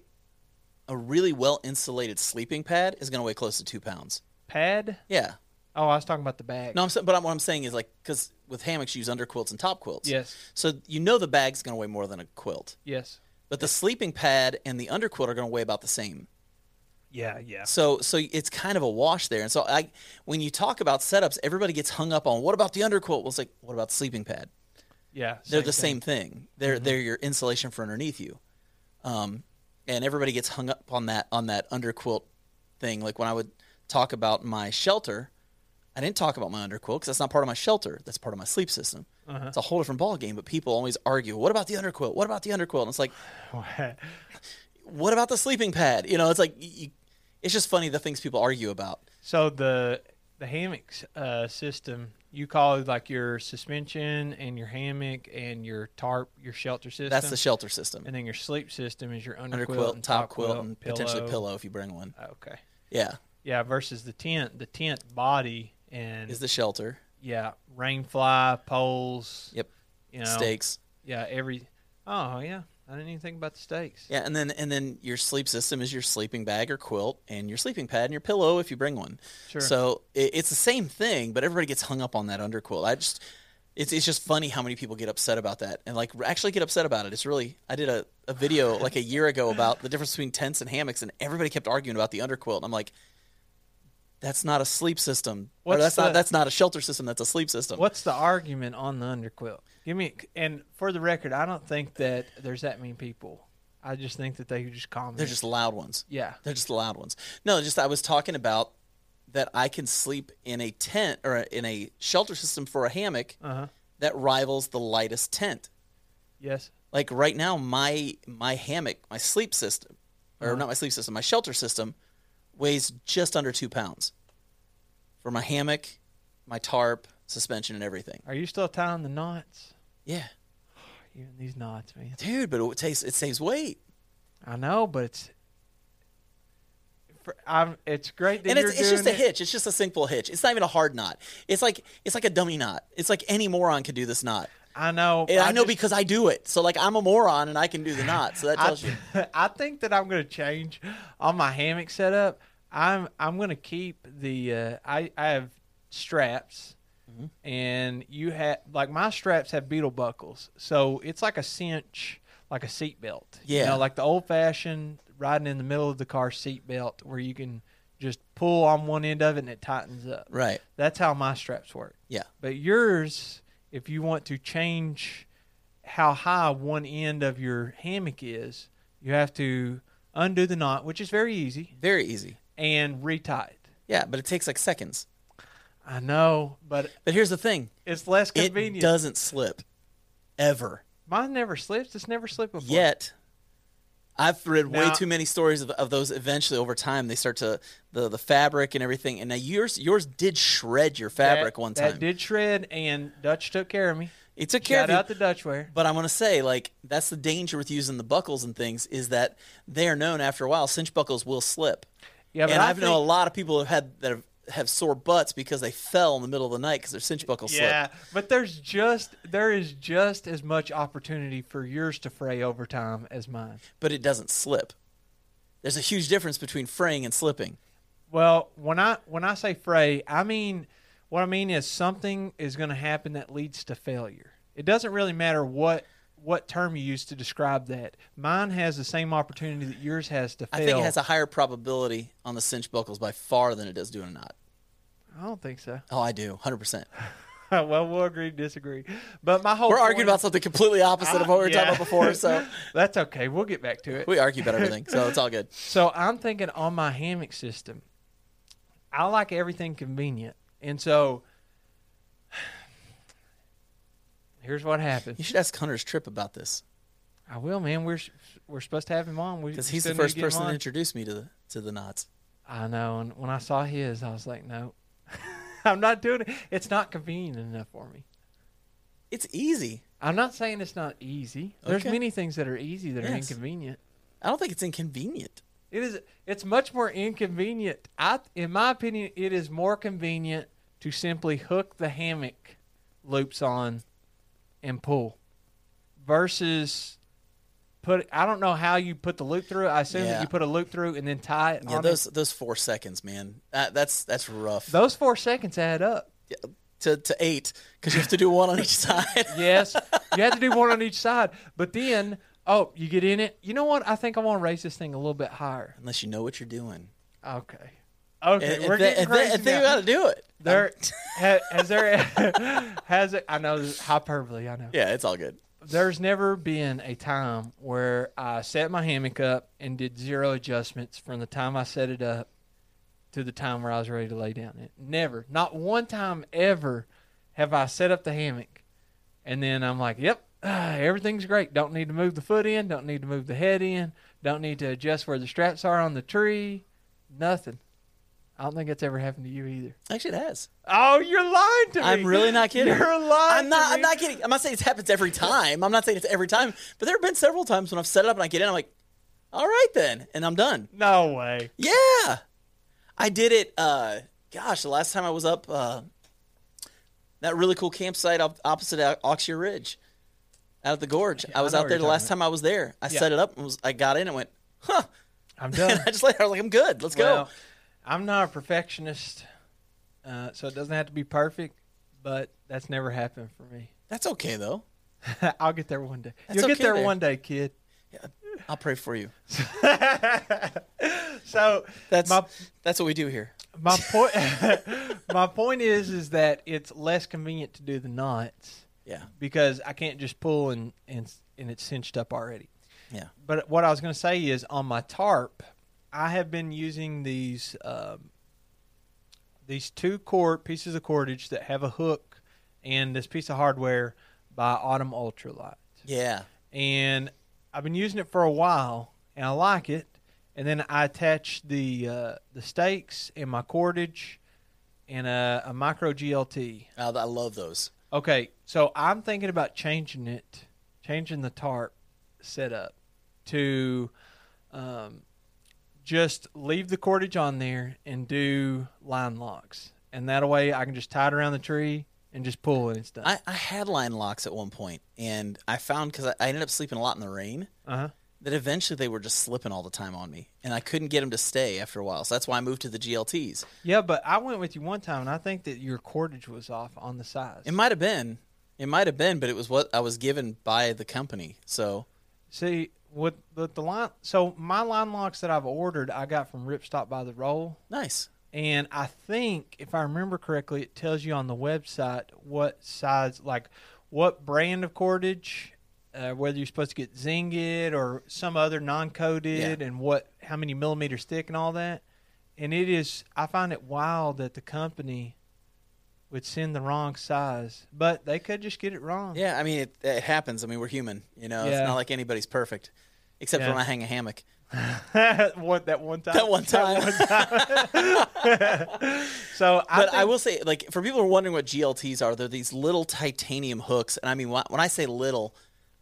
A: a really well insulated sleeping pad is going to weigh close to two pounds.
B: Pad?
A: Yeah.
B: Oh, I was talking about the bag.
A: No, I'm saying, but I'm, what I'm saying is like, because with hammocks, you use under quilts and top quilts.
B: Yes.
A: So you know the bag's going to weigh more than a quilt.
B: Yes.
A: But the sleeping pad and the underquilt are going to weigh about the same.
B: Yeah. Yeah.
A: So so it's kind of a wash there. And so I when you talk about setups, everybody gets hung up on what about the underquilt? Well, it's like what about the sleeping pad?
B: Yeah.
A: They're the
B: thing.
A: same
B: Mm-hmm.
A: thing. They're they're your insulation for underneath you. Um, and everybody gets hung up on that on that underquilt thing. Like when I would talk about my shelter, I didn't talk about my underquilt because that's not part of my shelter. That's part of my sleep system.
B: Uh-huh.
A: It's a whole different ballgame. But people always argue, what about the underquilt? What about the underquilt? And it's like what about the sleeping pad? You know, it's like you, it's just funny the things people argue about.
B: so the the hammock uh, system you call it like your suspension and your hammock and your tarp, your shelter system.
A: That's the shelter system.
B: and then your sleep system is your underquilt,
A: Under quilt and top quilt and potentially pillow if you bring one.
B: Ah, Okay.
A: Yeah,
B: Yeah. Versus the tent, the tent body and
A: is the shelter.
B: yeah, rain fly poles.
A: Yep.
B: You know,
A: Stakes.
B: Yeah. Every. Oh yeah. I didn't even think about the stakes.
A: Yeah, and then and then your sleep system is your sleeping bag or quilt and your sleeping pad and your pillow if you bring one.
B: Sure.
A: So it, it's the same thing, but everybody gets hung up on that underquilt. I just it's it's just funny how many people get upset about that and like actually get upset about it. It's really I did a, a video like a year ago about the difference between tents and hammocks and everybody kept arguing about the underquilt and I'm like that's not a sleep system. Or
B: What's
A: that's
B: the-
A: not that's not a shelter system, that's a sleep system.
B: What's the argument on the underquilt? Give me, and for the record, I don't think that there's that many people. I just think that they just comment.
A: They're just loud ones.
B: yeah,
A: They're just the loud ones. No, just I was talking about that I can sleep in a tent or in a shelter system for a hammock
B: uh huh,
A: that rivals the lightest tent.
B: yes.
A: Like right now, my my hammock, my sleep system,
B: Uh-huh.
A: or not my sleep system, my shelter system, weighs just under two pounds. For my hammock, my tarp, suspension, and everything.
B: Are you still tying the knots?
A: Yeah,
B: You and these knots, man.
A: dude, but it takes it saves weight.
B: I know, but it's. For, I'm, it's great that
A: and
B: you're
A: it's, it's just a
B: doing it.
A: hitch. It's just a simple hitch. It's not even a hard knot. It's like it's like a dummy knot. It's like any moron could do this knot.
B: I know.
A: And I, know
B: just-
A: because I do it. So like I'm a moron and I can do the knot. So that
B: I,
A: tells you.
B: I think that I'm going to change on my hammock setup. I'm I'm going to keep the uh, I I have straps,
A: Mm-hmm.
B: and you have like my straps have beetle buckles, so it's like a cinch, like a seat belt. you
A: Yeah.
B: know, like the old fashioned riding in the middle of the car seat belt where you can just pull on one end of it and it tightens up.
A: Right.
B: That's how my straps work.
A: Yeah.
B: But yours, if you want to change how high one end of your hammock is, you have to undo the knot, which is very easy,
A: Very easy.
B: and retie it.
A: Yeah, but it takes like seconds.
B: I know, but
A: But here's the thing.
B: it's less
A: It
B: convenient.
A: doesn't slip ever.
B: Mine never slips. It's never slipped before.
A: Yet I've read way
B: Now-
A: too many stories of, of those eventually over time they start to the, the fabric and everything. And now yours yours did shred your
B: That-
A: fabric one time.
B: That did shred, and Dutch took care of me.
A: it took care of
B: Shout
A: you.
B: out to Dutchware.
A: But I'm gonna say, like, that's the danger with using the buckles and things is that they are known after a while. Cinch buckles will slip.
B: Yeah, but
A: and
B: I
A: I've known a
B: think-
A: lot of people have had that have, have sore butts because they fell in the middle of the night because their cinch buckle
B: Yeah,
A: slipped.
B: but there's just there is just as much opportunity for yours to fray over time as mine.
A: But it doesn't slip. There's a huge difference between fraying and slipping.
B: Well, when I when I say fray, I mean what I mean is something is going to happen that leads to failure. It doesn't really matter what what term you use to describe that. Mine has the same opportunity that yours has to
A: I
B: fail.
A: think it has a higher probability on the cinch buckles by far than it does doing a knot.
B: I don't think so.
A: Oh, I do, hundred percent.
B: well, we'll agree to disagree. But my whole
A: We're
B: point-
A: arguing about something completely opposite of what we were
B: Yeah.
A: talking about before, so
B: that's okay. We'll get back to it.
A: we argue about everything. So it's all good.
B: So I'm thinking on my hammock system, I like everything convenient. And so here's what
A: You
B: happened.
A: should ask Hunter's Trip about this.
B: I will, man. We're we're supposed to have him on. We
A: Because he's the
B: still need to
A: first
B: get him
A: person
B: on.
A: to introduce me to the to the knots.
B: I know. And when I saw his, I was like, no, I'm not doing it. It's not convenient enough for me.
A: It's easy.
B: I'm not saying it's not easy. There's
A: Okay.
B: many things that are easy that are
A: Yes.
B: inconvenient.
A: I don't think it's inconvenient.
B: It is. It's much more inconvenient. I, in my opinion, it is more convenient to simply hook the hammock loops on and pull, versus put. I don't know how you put the loop through. I assume that
A: Yeah.
B: you put a loop through and then tie it.
A: Yeah,
B: on
A: those
B: it.
A: those four seconds, man. That, that's that's rough.
B: those four seconds add up.
A: Yeah, to to eight because you have to do one on each side.
B: Yes, you have to do one on each side. But then, oh, you get in it. You know what? I think I want to raise this thing a little bit higher.
A: Unless you know what you're doing.
B: Okay. Okay,
A: And-
B: we're
A: and
B: getting
A: and
B: crazy
A: and then you
B: now.
A: got to do it.
B: There ha, has there has it, I know this is hyperbole. I know
A: Yeah, it's all good.
B: there's never been a time where I set my hammock up and did zero adjustments from the time I set it up to the time where I was ready to lay down. in It never, not one time ever, have I set up the hammock and then I'm like, yep, ah, everything's great. Don't need to move the foot in. Don't need to move the head in. Don't need to adjust where the straps are on the tree. Nothing. I don't think that's ever happened to you either.
A: Actually, it has.
B: Oh, you're lying to me.
A: I'm really not kidding.
B: You're lying.
A: I'm not.
B: to
A: I'm
B: me.
A: not kidding. I'm not saying it happens every time. I'm not saying it's every time. But there have been several times when I've set it up and I get in. I'm like, all right then, and I'm done.
B: No way.
A: Yeah. I did it uh gosh, the last time I was up uh that really cool campsite op- opposite Au- Oxyar Ridge out at the gorge. I was
B: know
A: out
B: where
A: there
B: you're
A: the last
B: talking
A: time I was there. I
B: Yeah.
A: set it up and was I got in and went, "Huh."
B: I'm done.
A: And I just like I was like, "I'm good. Let's
B: Well,
A: go."
B: I'm not a perfectionist, uh, so it doesn't have to be perfect. But that's never happened for me.
A: That's okay though.
B: I'll get there one day.
A: That's
B: You'll get
A: okay
B: there,
A: there.
B: one day, kid.
A: I'll pray for you.
B: So
A: That's
B: My-
A: that's what we do here.
B: my point, my point is, is that it's less convenient to do the knots
A: Yeah.
B: because I can't just pull and and and it's cinched up already.
A: Yeah.
B: But what I was going to say is on my tarp, I have been using these um, these two cord pieces of cordage that have a hook and this piece of hardware by Autumn Ultralight.
A: Yeah.
B: and I've been using it for a while, and I like it. And then I attach the uh, the stakes and my cordage and a, a micro GLT.
A: Uh, I love those.
B: Okay, so I'm thinking about changing it, changing the tarp setup to um, just leave the cordage on there and do line locks, and that way I can just tie it around the tree and just pull it and stuff.
A: I, I had line locks at one point, and I found because I, I ended up sleeping a lot in the rain
B: uh-huh.
A: that eventually they were just slipping all the time on me, and I couldn't get them to stay after a while. So that's why I moved to the GLTs.
B: Yeah, but I went with you one time, and I think that your cordage was off on the size.
A: It might have been, it might have been, but it was what I was given by the company. So
B: See, with the, the line, so my line locks that I've ordered, I got from Ripstop by the Roll,
A: nice.
B: and I think if I remember correctly, it tells you on the website what size, like what brand of cordage. Uh, whether you're supposed to get zinged or some other non-coated, and what how many millimeters thick and all that, and it is I find it wild that the company would send the wrong size, but they could just get it wrong.
A: Yeah, I mean it, it happens. I mean we're human. You know, it's
B: Yeah.
A: not like anybody's perfect, except
B: Yeah.
A: when I hang a hammock.
B: what that one time?
A: That one time.
B: So, I
A: But
B: think,
A: I will say, like, for people who are wondering what GLTs are, they're these little titanium hooks, and I mean, wh- when I say little,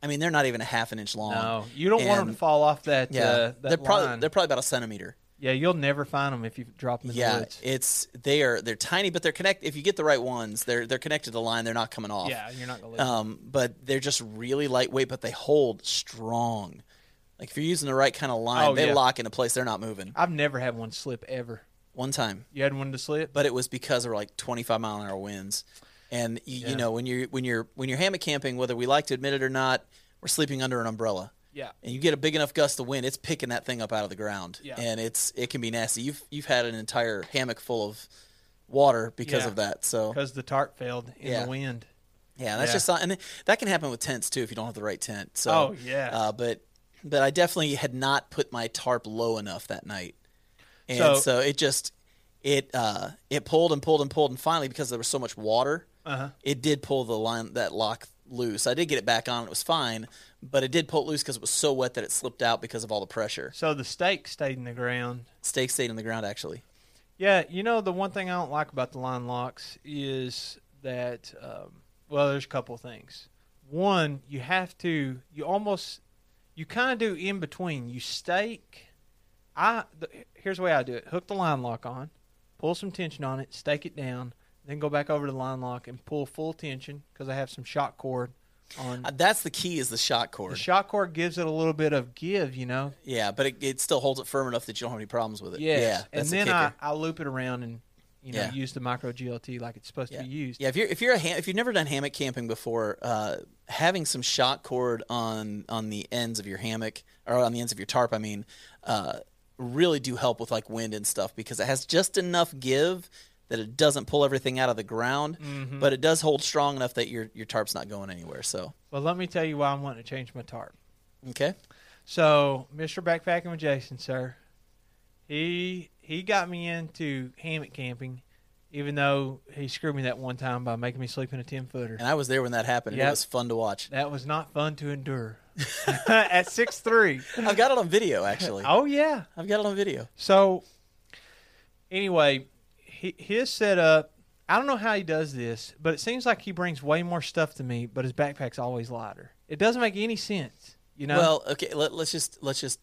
A: I mean they're not even a half an inch long.
B: no, you don't want them
A: And-
B: to fall off that.
A: Yeah,
B: uh, that
A: they're probably
B: line.
A: they're probably about a centimeter.
B: yeah, you'll never find them if you drop them in the
A: Yeah,
B: woods.
A: it's they are they're tiny, but they're connect. If you get the right ones, they're they're connected to the line. They're not coming off.
B: yeah, you're not gonna lose. 'em.
A: Um, but they're just really lightweight, but they hold strong. Like if you're using the right kind of line,
B: Oh,
A: they
B: yeah.
A: lock into place. They're not moving.
B: I've never had one slip ever.
A: One time,
B: You had one to slip,
A: but it was because of like 25 mile an hour winds. And you, you know when you're when you're when you're hammock camping, whether we like to admit it or not, we're sleeping under an umbrella.
B: yeah,
A: And you get a big enough gust of wind, it's picking that thing up out of the ground,
B: Yeah.
A: and it's it can be nasty. You've you've had an entire hammock full of water because
B: Yeah.
A: of that. So
B: because the tarp failed in
A: Yeah.
B: the wind.
A: yeah, that's
B: Yeah.
A: just not, and that can happen with tents too if you don't have the right tent. So
B: Oh, yeah.
A: uh, but but I definitely had not put my tarp low enough that night, and so,
B: So-
A: it just it uh it pulled and pulled and pulled and finally because there was so much water,
B: Uh-huh.
A: uh it did pull the line that lock loose. I did get it back on; it was fine, but it did pull it loose because it was so wet that it slipped out because of all the pressure.
B: So the stake stayed in the ground.
A: Stake stayed in the ground actually.
B: Yeah, you know the one thing I don't like about the line locks is that um, well, there's a couple of things. One, you have to you almost you kind of do in between. You stake. I the, here's the way I do it: hook the line lock on, pull some tension on it, stake it down, then go back over to the line lock and pull full tension because I have some shock cord on.
A: Uh, That's the key is the shock cord.
B: the shock cord gives it a little bit of give, you know.
A: yeah, but it, it still holds it firm enough that you don't have any problems with it.
B: Yes.
A: Yeah,
B: and
A: that's the
B: then
A: kicker.
B: I, I loop it around and you know
A: Yeah.
B: use the micro GLT like it's supposed
A: Yeah.
B: to be used.
A: Yeah, if you're if you're a ham- if you've never done hammock camping before, uh, having some shock cord on on the ends of your hammock or on the ends of your tarp, I mean, uh, really do help with like wind and stuff because it has just enough give that it doesn't pull everything out of the ground,
B: Mm-hmm.
A: but it does hold strong enough that your your tarp's not going anywhere. So
B: Well, let me tell you why I'm wanting to change my tarp.
A: okay,
B: So, Mr. Backpacking with Jason, sir, he he got me into hammock camping, even though he screwed me that one time by making me sleep in a ten footer.
A: and I was there when that happened. and It
B: Yep.
A: was fun to watch.
B: That was not fun to endure. At six three.
A: I've got it on video actually.
B: Oh yeah.
A: I've got it on video.
B: So, anyway, he, his setup. I don't know how he does this, but it seems like he brings way more stuff to me, but his backpack's always lighter. It doesn't make any sense, you know.
A: Well, okay, let, let's just let's just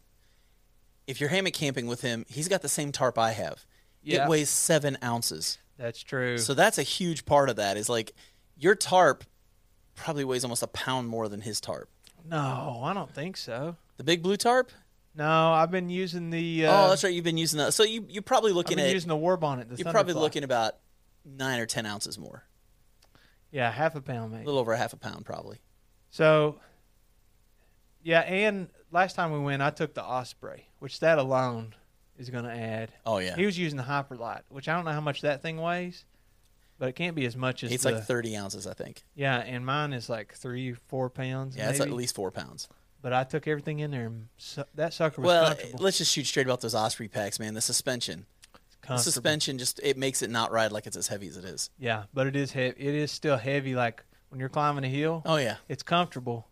A: if you're hammock camping with him, he's got the same tarp I have.
B: Yeah.
A: It weighs seven ounces,
B: that's true.
A: so that's a huge part of that. Is like your tarp probably weighs almost a pound more than his tarp.
B: no, I don't think so.
A: The big blue tarp.
B: No, I've been using the. Uh,
A: oh, that's right. You've been using that. So you you're probably
B: I've
A: looking
B: been
A: at
B: using the war bonnet. The
A: you're probably
B: Thunderfly.
A: looking about nine or ten ounces more,
B: Yeah, half a pound,
A: a
B: maybe.
A: little over a half a pound probably.
B: So, yeah, and last time we went, I took the Osprey, which that alone is going to add.
A: Oh yeah,
B: He was using the Hyperlite, which I don't know how much that thing weighs, but it can't be as much as
A: it's
B: the,
A: like thirty ounces I think.
B: yeah. And mine is like three, four pounds.
A: Yeah, it's
B: maybe.
A: at least four pounds.
B: But I took everything in there, and su- that sucker was
A: Well,
B: comfortable.
A: let's just shoot straight about those Osprey packs, man. The suspension. The
B: comfortable.
A: suspension just it makes it not ride like it's as heavy as it is.
B: Yeah, but it is heavy. It is still heavy. Like when you're climbing a hill,
A: Oh yeah,
B: it's comfortable,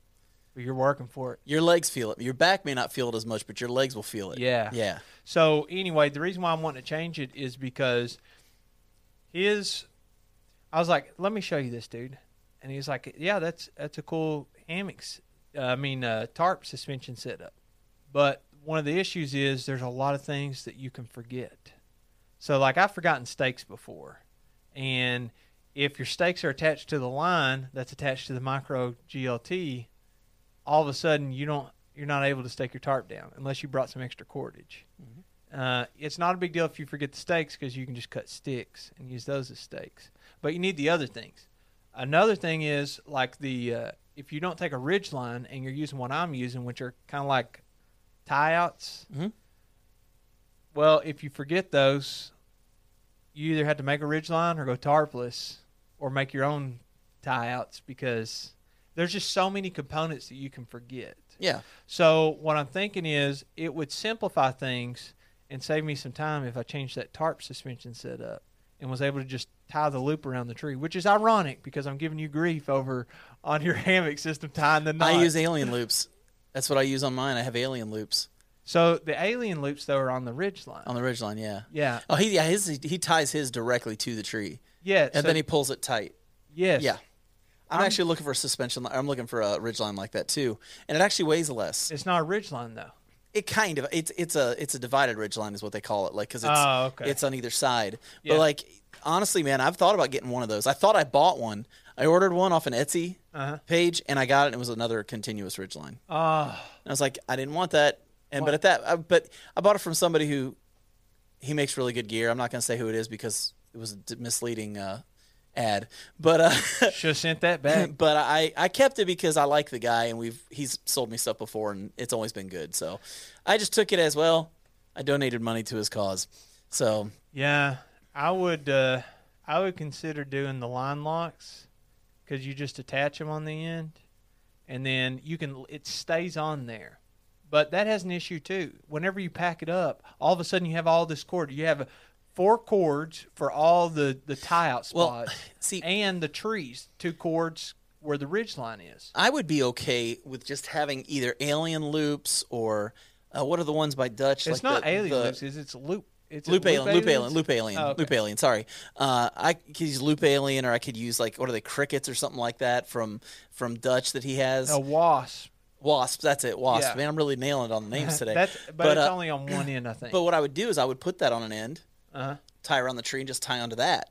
B: But you're working for it.
A: Your legs feel it. Your back may not feel it as much, but your legs will feel it.
B: Yeah.
A: Yeah.
B: So anyway, the reason why I'm wanting to change it is because his I was like, let me show you this dude. And he's like, Yeah, that's that's a cool hammocks uh, I mean uh, tarp suspension setup. But one of the issues is there's a lot of things that you can forget. So like I've forgotten stakes before. And if your stakes are attached to the line that's attached to the micro GLT, all of a sudden you don't you're not able to stake your tarp down unless you brought some extra cordage. Uh, it's not a big deal if you forget the stakes because you can just cut sticks and use those as stakes. But you need the other things. Another thing is like the uh, if you don't take a ridge line and you're using what I'm using, which are kind of like tie outs.
A: Mhm.
B: Well, if you forget those, you either have to make a ridge line or go tarpless or make your own tie outs because there's just so many components that you can forget.
A: Yeah.
B: So what I'm thinking is it would simplify things and save me some time if I changed that tarp suspension setup and was able to just tie the loop around the tree, which is ironic because I'm giving you grief over on your hammock system tying the knot.
A: I use alien loops. That's what I use on mine. I have alien loops
B: so the alien loops though are on the ridge line.
A: on the ridge line. Yeah.
B: yeah,
A: Oh, he yeah his he ties his directly to the tree,
B: yeah.
A: and then he pulls it tight.
B: yes,
A: Yeah. I'm, actually looking for a suspension. li- I'm looking for a ridge line like that too, and it actually weighs less.
B: It's not a ridge line though.
A: It kind of it's it's a it's a divided ridge line is what they call it, like because it's
B: Oh, okay.
A: it's on either side.
B: Yeah.
A: But like honestly, man, I've thought about getting one of those. I thought I bought one. I ordered one off an Etsy
B: Uh-huh.
A: page, and I got it. and It was another continuous ridge line.
B: Ah,
A: And I was like, I didn't want that. And but at that, I, but I bought it from somebody who he makes really good gear. I'm not going to say who it is because it was a d- misleading uh, ad. But uh,
B: should have sent that back.
A: but I I kept it because I like the guy and we've he's sold me stuff before and it's always been good. So I just took it as well. I donated money to his cause. So
B: Yeah, I would. Uh, I would consider doing the line locks because you just attach them on the end, and then you can. It stays on there, but that has an issue too. Whenever you pack it up, all of a sudden you have all this cord. You have four cords for all the the tie out
A: Well,
B: spots,
A: see-
B: and the trees. Two cords where the ridge line is.
A: I would be okay with just having either alien loops or uh, what are the ones by Dutch?
B: It's
A: Like
B: not
A: the-
B: alien
A: the-
B: loops. Is it's loop. It's
A: Loop alien, loop alien,
B: aliens?
A: loop alien,
B: Oh, okay.
A: loop alien. Sorry, uh, I could use loop alien, or I could use like what are they crickets or something like that from from Dutch that he has.
B: A wasp.
A: Wasp, that's it. Wasp.
B: Oh. Yeah.
A: Man, I'm really nailing it on the names today.
B: That's, but, it's
A: uh,
B: only on one end, I think.
A: But what I would do is I would put that on an end,
B: uh-huh.
A: tie around the tree, and just tie onto that.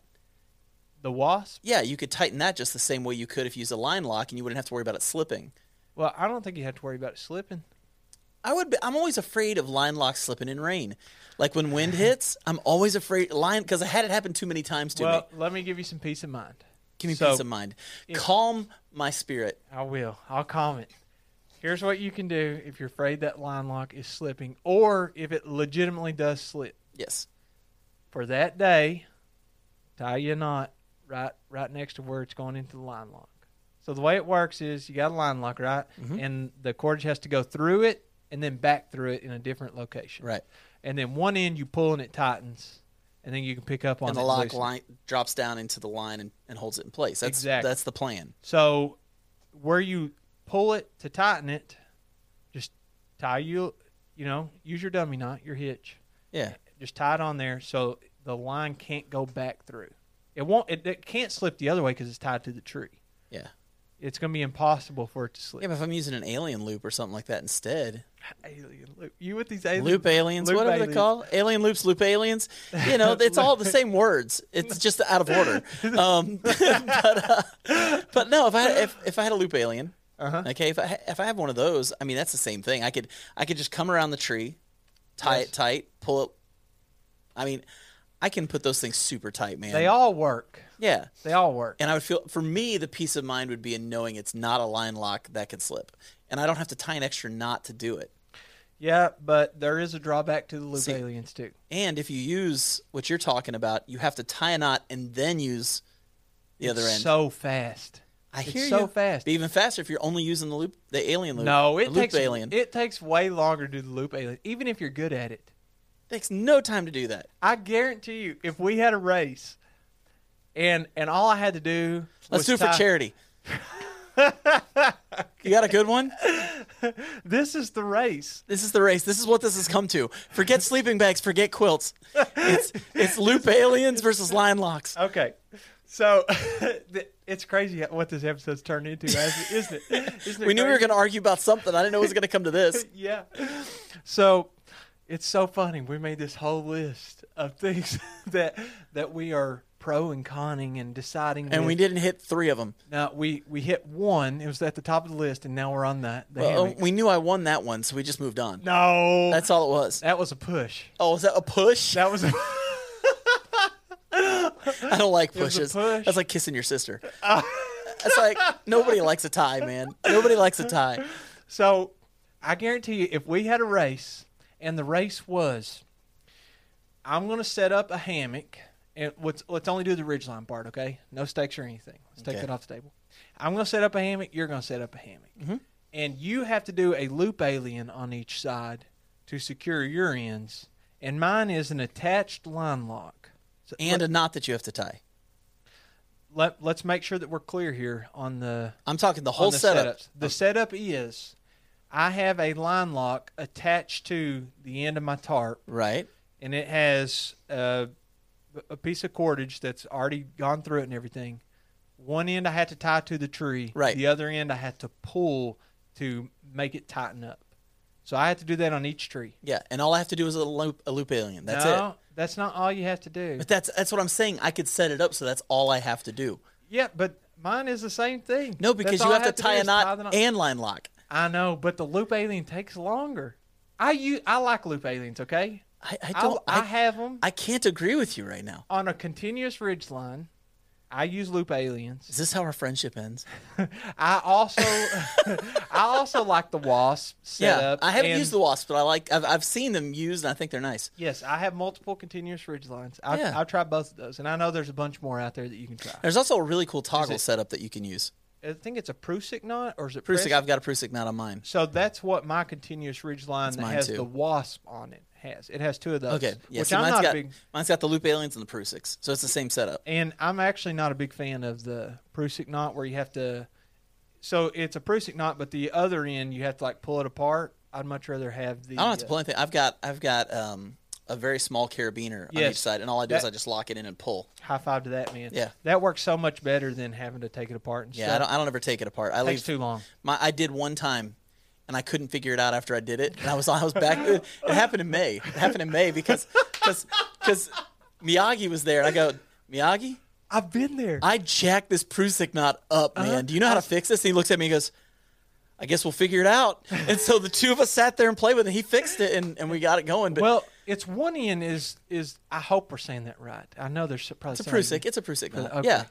B: The wasp.
A: Yeah, you could tighten that just the same way you could if you use a line lock, and you wouldn't have to worry about it slipping.
B: Well, I don't think you have to worry about it slipping.
A: I would. Be, I'm always afraid of line lock slipping in rain. Like when wind hits, I'm always afraid line because I had it happen too many times to me.
B: well, let me give you some peace of mind.
A: Give me
B: so-
A: peace of mind. Calm my spirit.
B: I will. I'll comment. Here's what you can do if you're afraid that line lock is slipping or if it legitimately does slip.
A: Yes.
B: For that day, tie your knot right right next to where it's going into the line lock. So the way it works is you got a line lock, right?
A: Mm-hmm.
B: And the cordage has to go through it and then back through it in a different location.
A: Right.
B: And then one end you pull and it tightens and then you can pick up on
A: And the
B: it
A: lock
B: loosen it.
A: line drops down into the line and, and holds it in place. That's
B: Exactly.
A: that's the plan.
B: So where you pull it to tighten it, just tie you, you know, use your dummy knot, your hitch,
A: Yeah.
B: just tie it on there so the line can't go back through. It won't. It, it can't slip the other way because it's tied to the tree.
A: Yeah.
B: It's going to be impossible for it to slip.
A: Yeah, but if I'm using an alien loop or something like that instead,
B: Alien loop. You with these alien
A: loop aliens,
B: loop
A: whatever
B: aliens.
A: they call alien loops, loop aliens. You know, it's all the same words. It's just out of order. Um, but, uh, but no, if I if, if I had a loop alien,
B: Uh-huh.
A: okay, if I ha- if I have one of those, I mean that's the same thing. I could I could just come around the tree, tie
B: Yes.
A: it tight, pull it. I mean, I can put those things super tight, man.
B: They all work.
A: yeah.
B: They all work.
A: And I would feel for me the peace of mind would be in knowing it's not a line lock that can slip, and I don't have to tie an extra knot to do it.
B: Yeah, but there is a drawback to the loop
A: See-
B: aliens too.
A: And if you use what you're talking about, you have to tie a knot and then use the other end.
B: So fast.
A: I
B: it's
A: hear
B: so
A: you.
B: fast.
A: Be even faster if you're only using the loop, the alien loop.
B: No,
A: the
B: it
A: loop
B: takes
A: alien.
B: it takes way longer to do the loop alien, even if you're good at it.
A: takes no time to do that.
B: I guarantee you, if we had a race, and and all I had to do,
A: Let's
B: was
A: do it for
B: tie-
A: charity. You got a good one?
B: This is the race.
A: This is the race. This is what this has come to. Forget sleeping bags. Forget quilts. It's it's loop aliens versus lion locks.
B: Okay. So th- it's crazy what this episode's turned into, as- isn't it? Isn't it
A: We knew we were
B: crazy?
A: going to argue about something. I didn't know it was going to come to this.
B: Yeah. So it's so funny. We made this whole list of things that that we are pro and conning and deciding.
A: And
B: with.
A: we didn't hit three of them.
B: Now we we hit one. It was at the top of the list, and now we're on the, the
A: Well,
B: hammock.
A: we knew I won that one, so we just moved on.
B: no,
A: That's all it was.
B: that was a push.
A: Oh, is that a push?
B: That was a,
A: I don't like
B: was a
A: pushes.
B: push. Uh.
A: That's like kissing your sister. That's like nobody likes a tie, man. Nobody likes a tie.
B: so. I guarantee you, if we had a race, and the race was, I'm going to set up a hammock, and let's let's only do the ridgeline part, okay? No stakes or anything. Let's take
A: Okay.
B: that off the table. I'm going to set up a hammock. You're going to set up a hammock, and you have to do a loop alien on each side to secure your ends. And mine is an attached line lock. So
A: And a knot that you have to tie.
B: let, let's make sure that we're clear here on the
A: I'm talking the whole
B: on the
A: setup.
B: setups. The setup is I have a line lock attached to the end of my tarp,
A: Right.
B: and it has a, a piece of cordage that's already gone through it and everything. One end I had to tie to the tree,
A: Right.
B: The other end I had to pull to make it tighten up. So I had to do that on each tree.
A: Yeah. And all I have to do is a loop, a loop alien. That's
B: no,
A: it.
B: that's not all you have to do.
A: But that's that's what I'm saying. I could set it up so that's all I have to do.
B: yeah, but mine is the same thing.
A: No, because
B: That's
A: you
B: all I
A: have, to,
B: do
A: tie a
B: is
A: knot,
B: the
A: and line lock.
B: I know, but the loop alien takes longer. I u- I like loop aliens, okay?
A: I, I
B: I,
A: don't.
B: I,
A: I,
B: have them
A: I can't agree with you right now.
B: on a continuous ridge line. I use loop aliens.
A: Is this how our friendship ends?
B: I also I also like the wasp
A: Yeah,
B: setup.
A: I haven't
B: and-
A: used the wasp, but I like. I've, I've seen them used, and I think they're nice.
B: Yes, I have multiple continuous ridge lines. I've,
A: Yeah.
B: I've tried both of those, and I know there's a bunch more out there that you can try.
A: There's also a really cool toggle
B: it-
A: setup that you can use.
B: I think it's a Prusik knot, or is it
A: Prusik,
B: Prusik?
A: I've got a Prusik knot on mine.
B: So that's what my continuous ridge line that
A: mine
B: has
A: too.
B: the wasp on it has. It has two of those.
A: Okay, yeah,
B: which
A: see,
B: I'm
A: mine's
B: not
A: got
B: a big
A: mine's got the loop aliens and the Prusiks, so it's the same setup.
B: and I'm actually not a big fan of the Prusik knot where you have to. So it's a Prusik knot, but the other end you have to like pull it apart. I'd much rather have the.
A: I don't have to
B: uh,
A: pull anything. I've got I've got um, a very small carabiner on
B: Yes.
A: each side, and all I do is
B: That-
A: I just lock it in and pull.
B: High five to that man.
A: Yeah.
B: that works so much better than having to take it apart and
A: Yeah,
B: stuff.
A: I don't I don't ever take it apart. I
B: Takes
A: leave
B: too long.
A: My I did one time, and I couldn't figure it out after I did it, and I was I was back. It, happened in May. It happened in May because because because Miyagi was there, and I go Miyagi,
B: I've been there.
A: I jacked this Prusik knot up,
B: Uh-huh.
A: man. Do you know how to fix this? And he looks at me and goes. I guess we'll figure it out. And so the two of us sat there and played with it. He fixed it, and, and we got it going. But
B: well, it's one end is is I hope we're saying that right. I know there's probably
A: it's a
B: somebody-
A: Prusik. It's a Prusik knot.
B: Uh, Okay.
A: Uh, Yeah.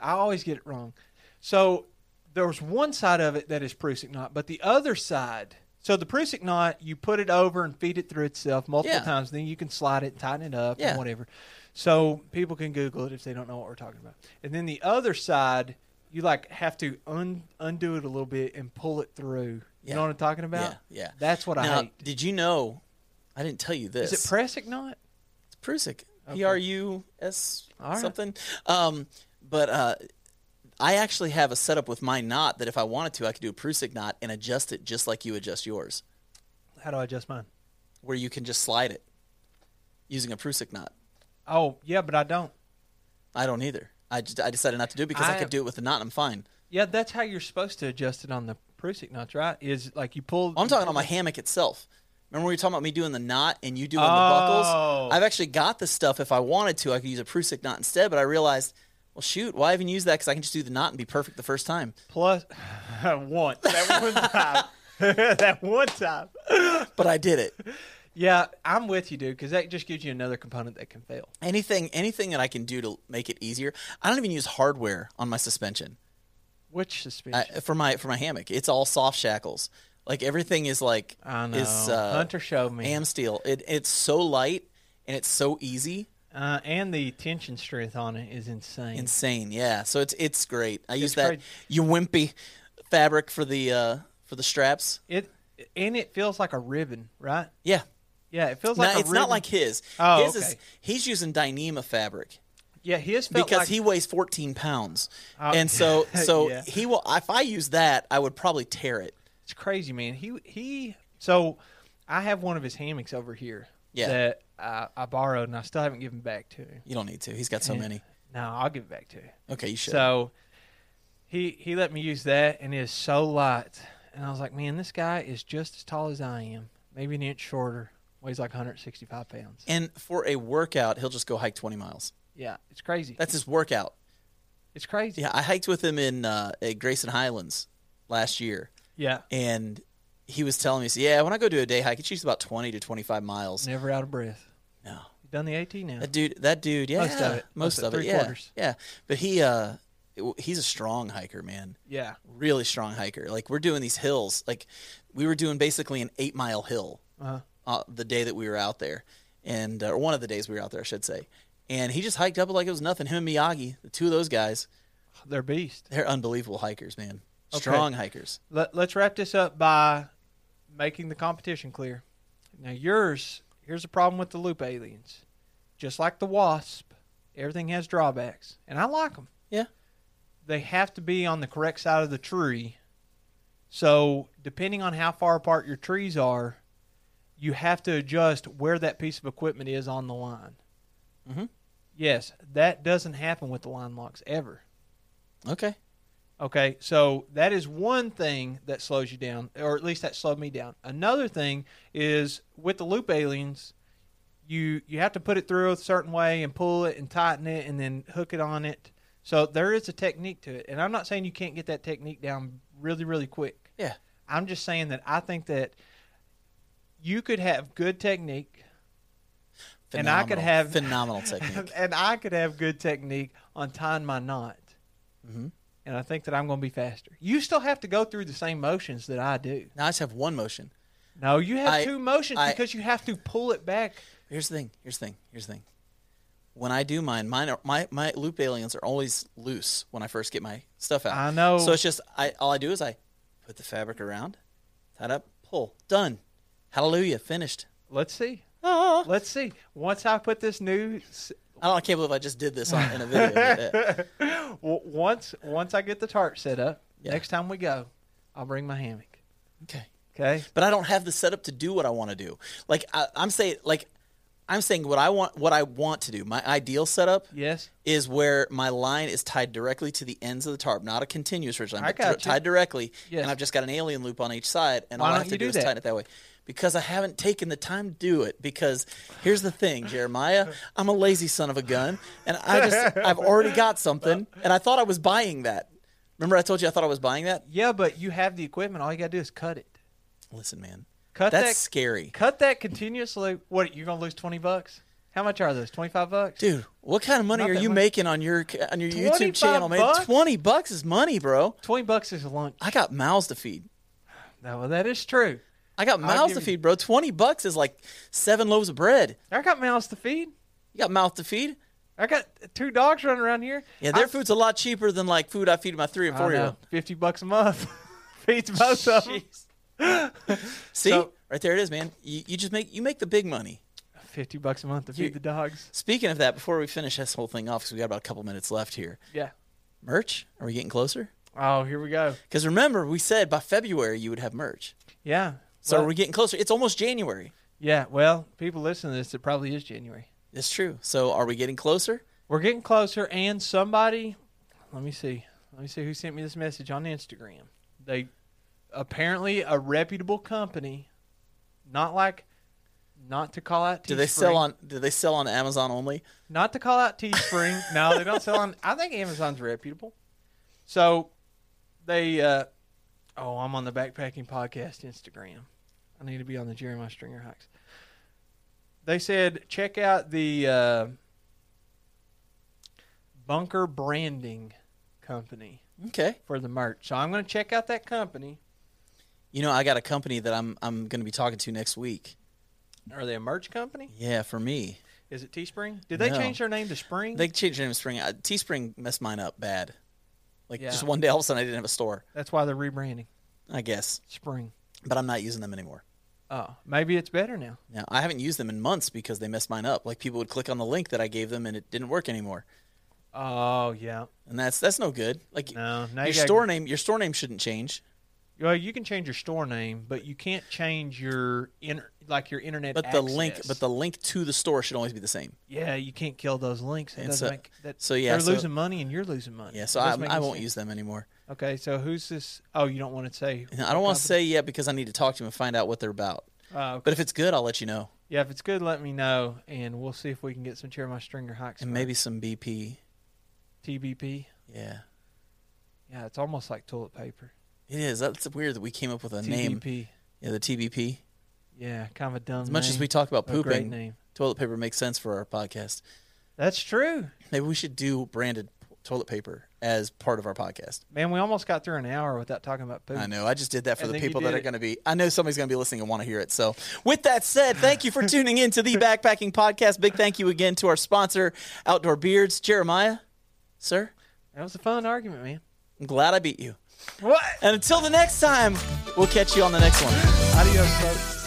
B: I always get it wrong. So there was one side of it that is Prusik knot, but the other side. So the Prusik knot, you put it over and feed it through itself multiple
A: Yeah.
B: times. Then you can slide it, tighten it up,
A: Yeah.
B: and whatever. So people can Google it if they don't know what we're talking about. And then the other side, you like have to un- undo it a little bit and pull it through. You
A: Yeah.
B: know what I'm talking about?
A: Yeah, yeah.
B: That's what
A: now,
B: I hate.
A: Did you know? I didn't tell you this.
B: Is it Prusik knot?
A: Prusik. P R U S
B: All right.
A: something. Um, but uh, I actually have a setup with my knot that if I wanted to, I could do a Prusik knot and adjust it just like you adjust yours,
B: How do I adjust mine?
A: where you can just slide it using a Prusik knot.
B: Oh yeah, but I don't.
A: I don't either. I, just, I decided not to do it because I,
B: I-
A: could do it with a knot and I'm fine.
B: Yeah, that's how you're supposed to adjust it on the Prusik knots, right? Is like you pull.
A: Well, I'm talking on my hammock itself. Remember we were talking about me doing the knot and you doing the
B: Oh.
A: buckles? I've actually got the stuff. If I wanted to, I could use a Prusik knot instead, but I realized, well, shoot, why even use that? Because I can just do the knot and be perfect the first time.
B: plus one. That one time. that one time.
A: But I did it.
B: Yeah, I'm with you, dude, because that just gives you another component that can fail.
A: anything anything that I can do to make it easier. I don't even use hardware on my suspension
B: Which
A: I,
B: suspension?
A: for my for my hammock. It's all soft shackles. Like everything is like
B: I, know.
A: is uh,
B: Hunter showed me.
A: am steel. It, it's so light and it's so easy.
B: uh, and the tension strength on it is insane.
A: Insane, yeah. So it's it's great. I use
B: It's
A: that
B: great.
A: you wimpy fabric for the uh, for the straps.
B: it and it feels like a ribbon, right?
A: Yeah,
B: Yeah, it feels
A: Now,
B: like a
A: it's not
B: ribbon.
A: like his.
B: Oh,
A: his is
B: okay.
A: he's using Dyneema fabric.
B: Yeah, his felt
A: because
B: like,
A: he weighs 14 pounds,
B: Oh,
A: and so so
B: yeah.
A: he will. If I use that, I would probably tear it.
B: It's crazy, man. He he. So I have one of his hammocks over here
A: Yeah.
B: that I, I borrowed, and I still haven't given back to him.
A: You don't need to. He's got so many.
B: No, I'll give it back to him.
A: Okay, you should.
B: So he he let me use that, and it is so light. And I was like, man, this guy is just as tall as I am, maybe an inch shorter. Weighs like 165 pounds.
A: and for a workout, he'll just go hike 20 miles.
B: Yeah, it's crazy.
A: That's his workout.
B: it's crazy.
A: Yeah, I hiked with him in uh, at Grayson Highlands last year,
B: Yeah.
A: and he was telling me, he said, "Yeah, when I go do a day hike, it's usually about 20 to 25 miles."
B: Never out of breath.
A: No.
B: You done the AT now?
A: That dude, that dude, yeah,
B: Most of it.
A: most,
B: Most of it,
A: of it,
B: three
A: yeah,
B: quarters.
A: yeah. But he, uh, w- he's a strong hiker, man.
B: Yeah.
A: Really strong hiker. Like we're doing these hills, like we were doing basically an eight mile hill
B: Uh-huh.
A: uh, the day that we were out there, and uh, or one of the days we were out there, I should say. And he just hiked up it like it was nothing. Him and Miyagi, the two of those guys,
B: They're beast.
A: they're unbelievable hikers, man.
B: Okay.
A: Strong hikers.
B: Let, let's wrap this up by making the competition clear. Now, yours, here's the problem with the loop aliens. Just like the wasp, everything has drawbacks, and I like them.
A: Yeah.
B: They have to be on the correct side of the tree. So, depending on how far apart your trees are, you have to adjust where that piece of equipment is on the line.
A: Mhm.
B: Yes, that doesn't happen with the line locks ever.
A: Okay.
B: Okay, so that is one thing that slows you down, or at least that slowed me down. Another thing is with the loop aliens, you you have to put it through a certain way and pull it and tighten it and then hook it on it. So there is a technique to it, and I'm not saying you can't get that technique down really really quick.
A: Yeah.
B: I'm just saying that I think that you could have good technique And I could
A: Phenomenal-
B: have-
A: phenomenal technique.
B: and I could have good technique on tying my knot.
A: Mm-hmm.
B: And I think that I'm going to be faster. You still have to go through the same motions that I do.
A: Now I just have one motion.
B: No, you have
A: I-
B: two motions
A: I-
B: because you have to pull it back.
A: Here's the thing. Here's the thing. Here's the thing. When I do mine, mine are, my my loop aliens are always loose when I first get my stuff out.
B: I know.
A: So it's just I all I do is I put the fabric around, tie it up, pull, done, hallelujah, finished.
B: Let's see.
A: Oh,
B: Let's see. Once I put this new, s-
A: I, don't, I can't believe I just did this on, in a video. Yeah.
B: w- once once I get the tarp set up,
A: Yeah.
B: next time we go, I'll bring my hammock.
A: okay,
B: Okay.
A: but I don't have the setup to do what I want to do. Like I, I'm saying, like I'm saying, what I want, what I want to do, my ideal setup.
B: Yes.
A: is where my line is tied directly to the ends of the tarp, not a continuous ridge line,
B: I
A: but
B: got
A: dr-
B: you.
A: tied directly.
B: Yes.
A: And I've just got an alien loop on each side, and
B: Why
A: all I
B: don't
A: have to
B: you
A: do,
B: do
A: is
B: that?
A: tighten it that way. Because I haven't taken the time to do it. Because here's the thing, Jeremiah, I'm a lazy son of a gun, and I just I've already got something, and I thought I was buying that. Remember, I told you I thought I was buying that.
B: Yeah, but you have the equipment. All you gotta do is cut it.
A: Listen, man,
B: Cut
A: that's
B: that-
A: scary,
B: Cut that continuously. What? You're gonna lose twenty bucks. How much are those? Twenty five bucks.
A: dude. What kind of money
B: Not
A: are
B: that
A: you
B: much.
A: making on your on your YouTube
B: 25
A: channel, man?
B: bucks?
A: Twenty bucks is money, bro.
B: Twenty bucks is a lunch.
A: I got mouths to feed.
B: No, well, that is true.
A: I got mouths
B: give
A: to
B: you-
A: feed, bro. Twenty bucks is like seven loaves of bread.
B: I got mouths to feed.
A: You got mouth to feed.
B: I got two dogs running around here.
A: Yeah, their
B: I-
A: food's a lot cheaper than like food I feed my three and
B: I
A: four year
B: know,
A: old.
B: fifty bucks a month feeds both of them.
A: See,
B: So-
A: right there it is, man. You, you just make you make the big money.
B: Fifty bucks a month to feed the dogs.
A: Speaking of that, before we finish this whole thing off, because we got about a couple minutes left here.
B: Yeah.
A: Merch? Are we getting closer?
B: Oh, here we go.
A: Because remember, we said by February you would have merch.
B: Yeah.
A: So
B: Well,
A: we're getting closer. It's almost January.
B: yeah. Well, people listen to this. It probably is January.
A: It's true. So are we getting closer?
B: We're getting closer, and somebody, let me see, let me see who sent me this message on Instagram. They apparently a reputable company, not like, not to call out.
A: Do they
B: Teespring.
A: sell on? Do they sell on Amazon only?
B: Not to call out Teespring. no, they don't sell on. I think Amazon's reputable. So they. Uh, oh, I'm on the backpacking podcast Instagram. I need to be on the Jeremiah Stringer hikes. They said check out the uh, Bunker Branding Company
A: Okay.
B: for the merch. So I'm going to check out that company.
A: You know, I got a company that I'm I'm going to be talking to next week.
B: Are they a merch company?
A: Yeah, for me.
B: Is it Teespring? Did they
A: No.
B: change their name to Spring?
A: They changed the name to Spring. Uh, Teespring messed mine up bad. Like
B: Yeah.
A: just one day, all of a sudden, I didn't have a store.
B: That's why they're rebranding
A: I guess,
B: Spring.
A: but I'm not using them anymore.
B: Oh, maybe it's better now.
A: Now I haven't used them in months because they messed mine up. Like people would click on the link that I gave them, and it didn't work anymore.
B: Oh yeah.
A: and that's that's no good. Like
B: No. Now
A: your
B: you gotta-
A: store name, your store name shouldn't change.
B: Well, you can change your store name, but you can't change your inter, like your internet.
A: But the link,
B: access.
A: but the link to the store should always be the same.
B: yeah, you can't kill those links. That
A: And
B: doesn't
A: so-
B: make that.
A: so, yeah,
B: they're
A: so-
B: losing money and you're losing money.
A: Yeah, so
B: It
A: I,
B: doesn't make
A: I
B: any
A: won't
B: sense.
A: use them anymore.
B: Okay, so who's this? Oh, you don't want to say.
A: And I don't want to say yet because I need to talk to him and find out what they're about.
B: Uh,
A: But if it's good, I'll let you know,
B: yeah, if it's good, let me know, and we'll see if we can get some Jeremiah Stringer hikes.
A: and
B: for
A: maybe some BP.
B: TBP.
A: Yeah,
B: Yeah, it's almost like toilet paper.
A: it is. That's weird that we came up with a name.
B: TBP.
A: Yeah, the TBP.
B: Yeah, kind of a dumb.
A: As much
B: name,
A: as we talk about
B: but a great
A: pooping,
B: name.
A: toilet paper makes sense for our podcast.
B: That's true,
A: Maybe we should do branded toilet paper as part of our podcast.
B: man. We almost got through an hour without talking about poop.
A: I know. I just did that for
B: I
A: the
B: think you
A: people that
B: did
A: are
B: it.
A: going to be. I know somebody's going to be listening and want to hear it. So, with that said, thank you for tuning in to the Backpacking Podcast. Big thank you again to our sponsor, Outdoor Beards. Jeremiah, sir,
B: That was a fun argument, man.
A: I'm glad I beat you.
B: What?
A: And until the next time, we'll catch you on the next one.
B: Adios, folks.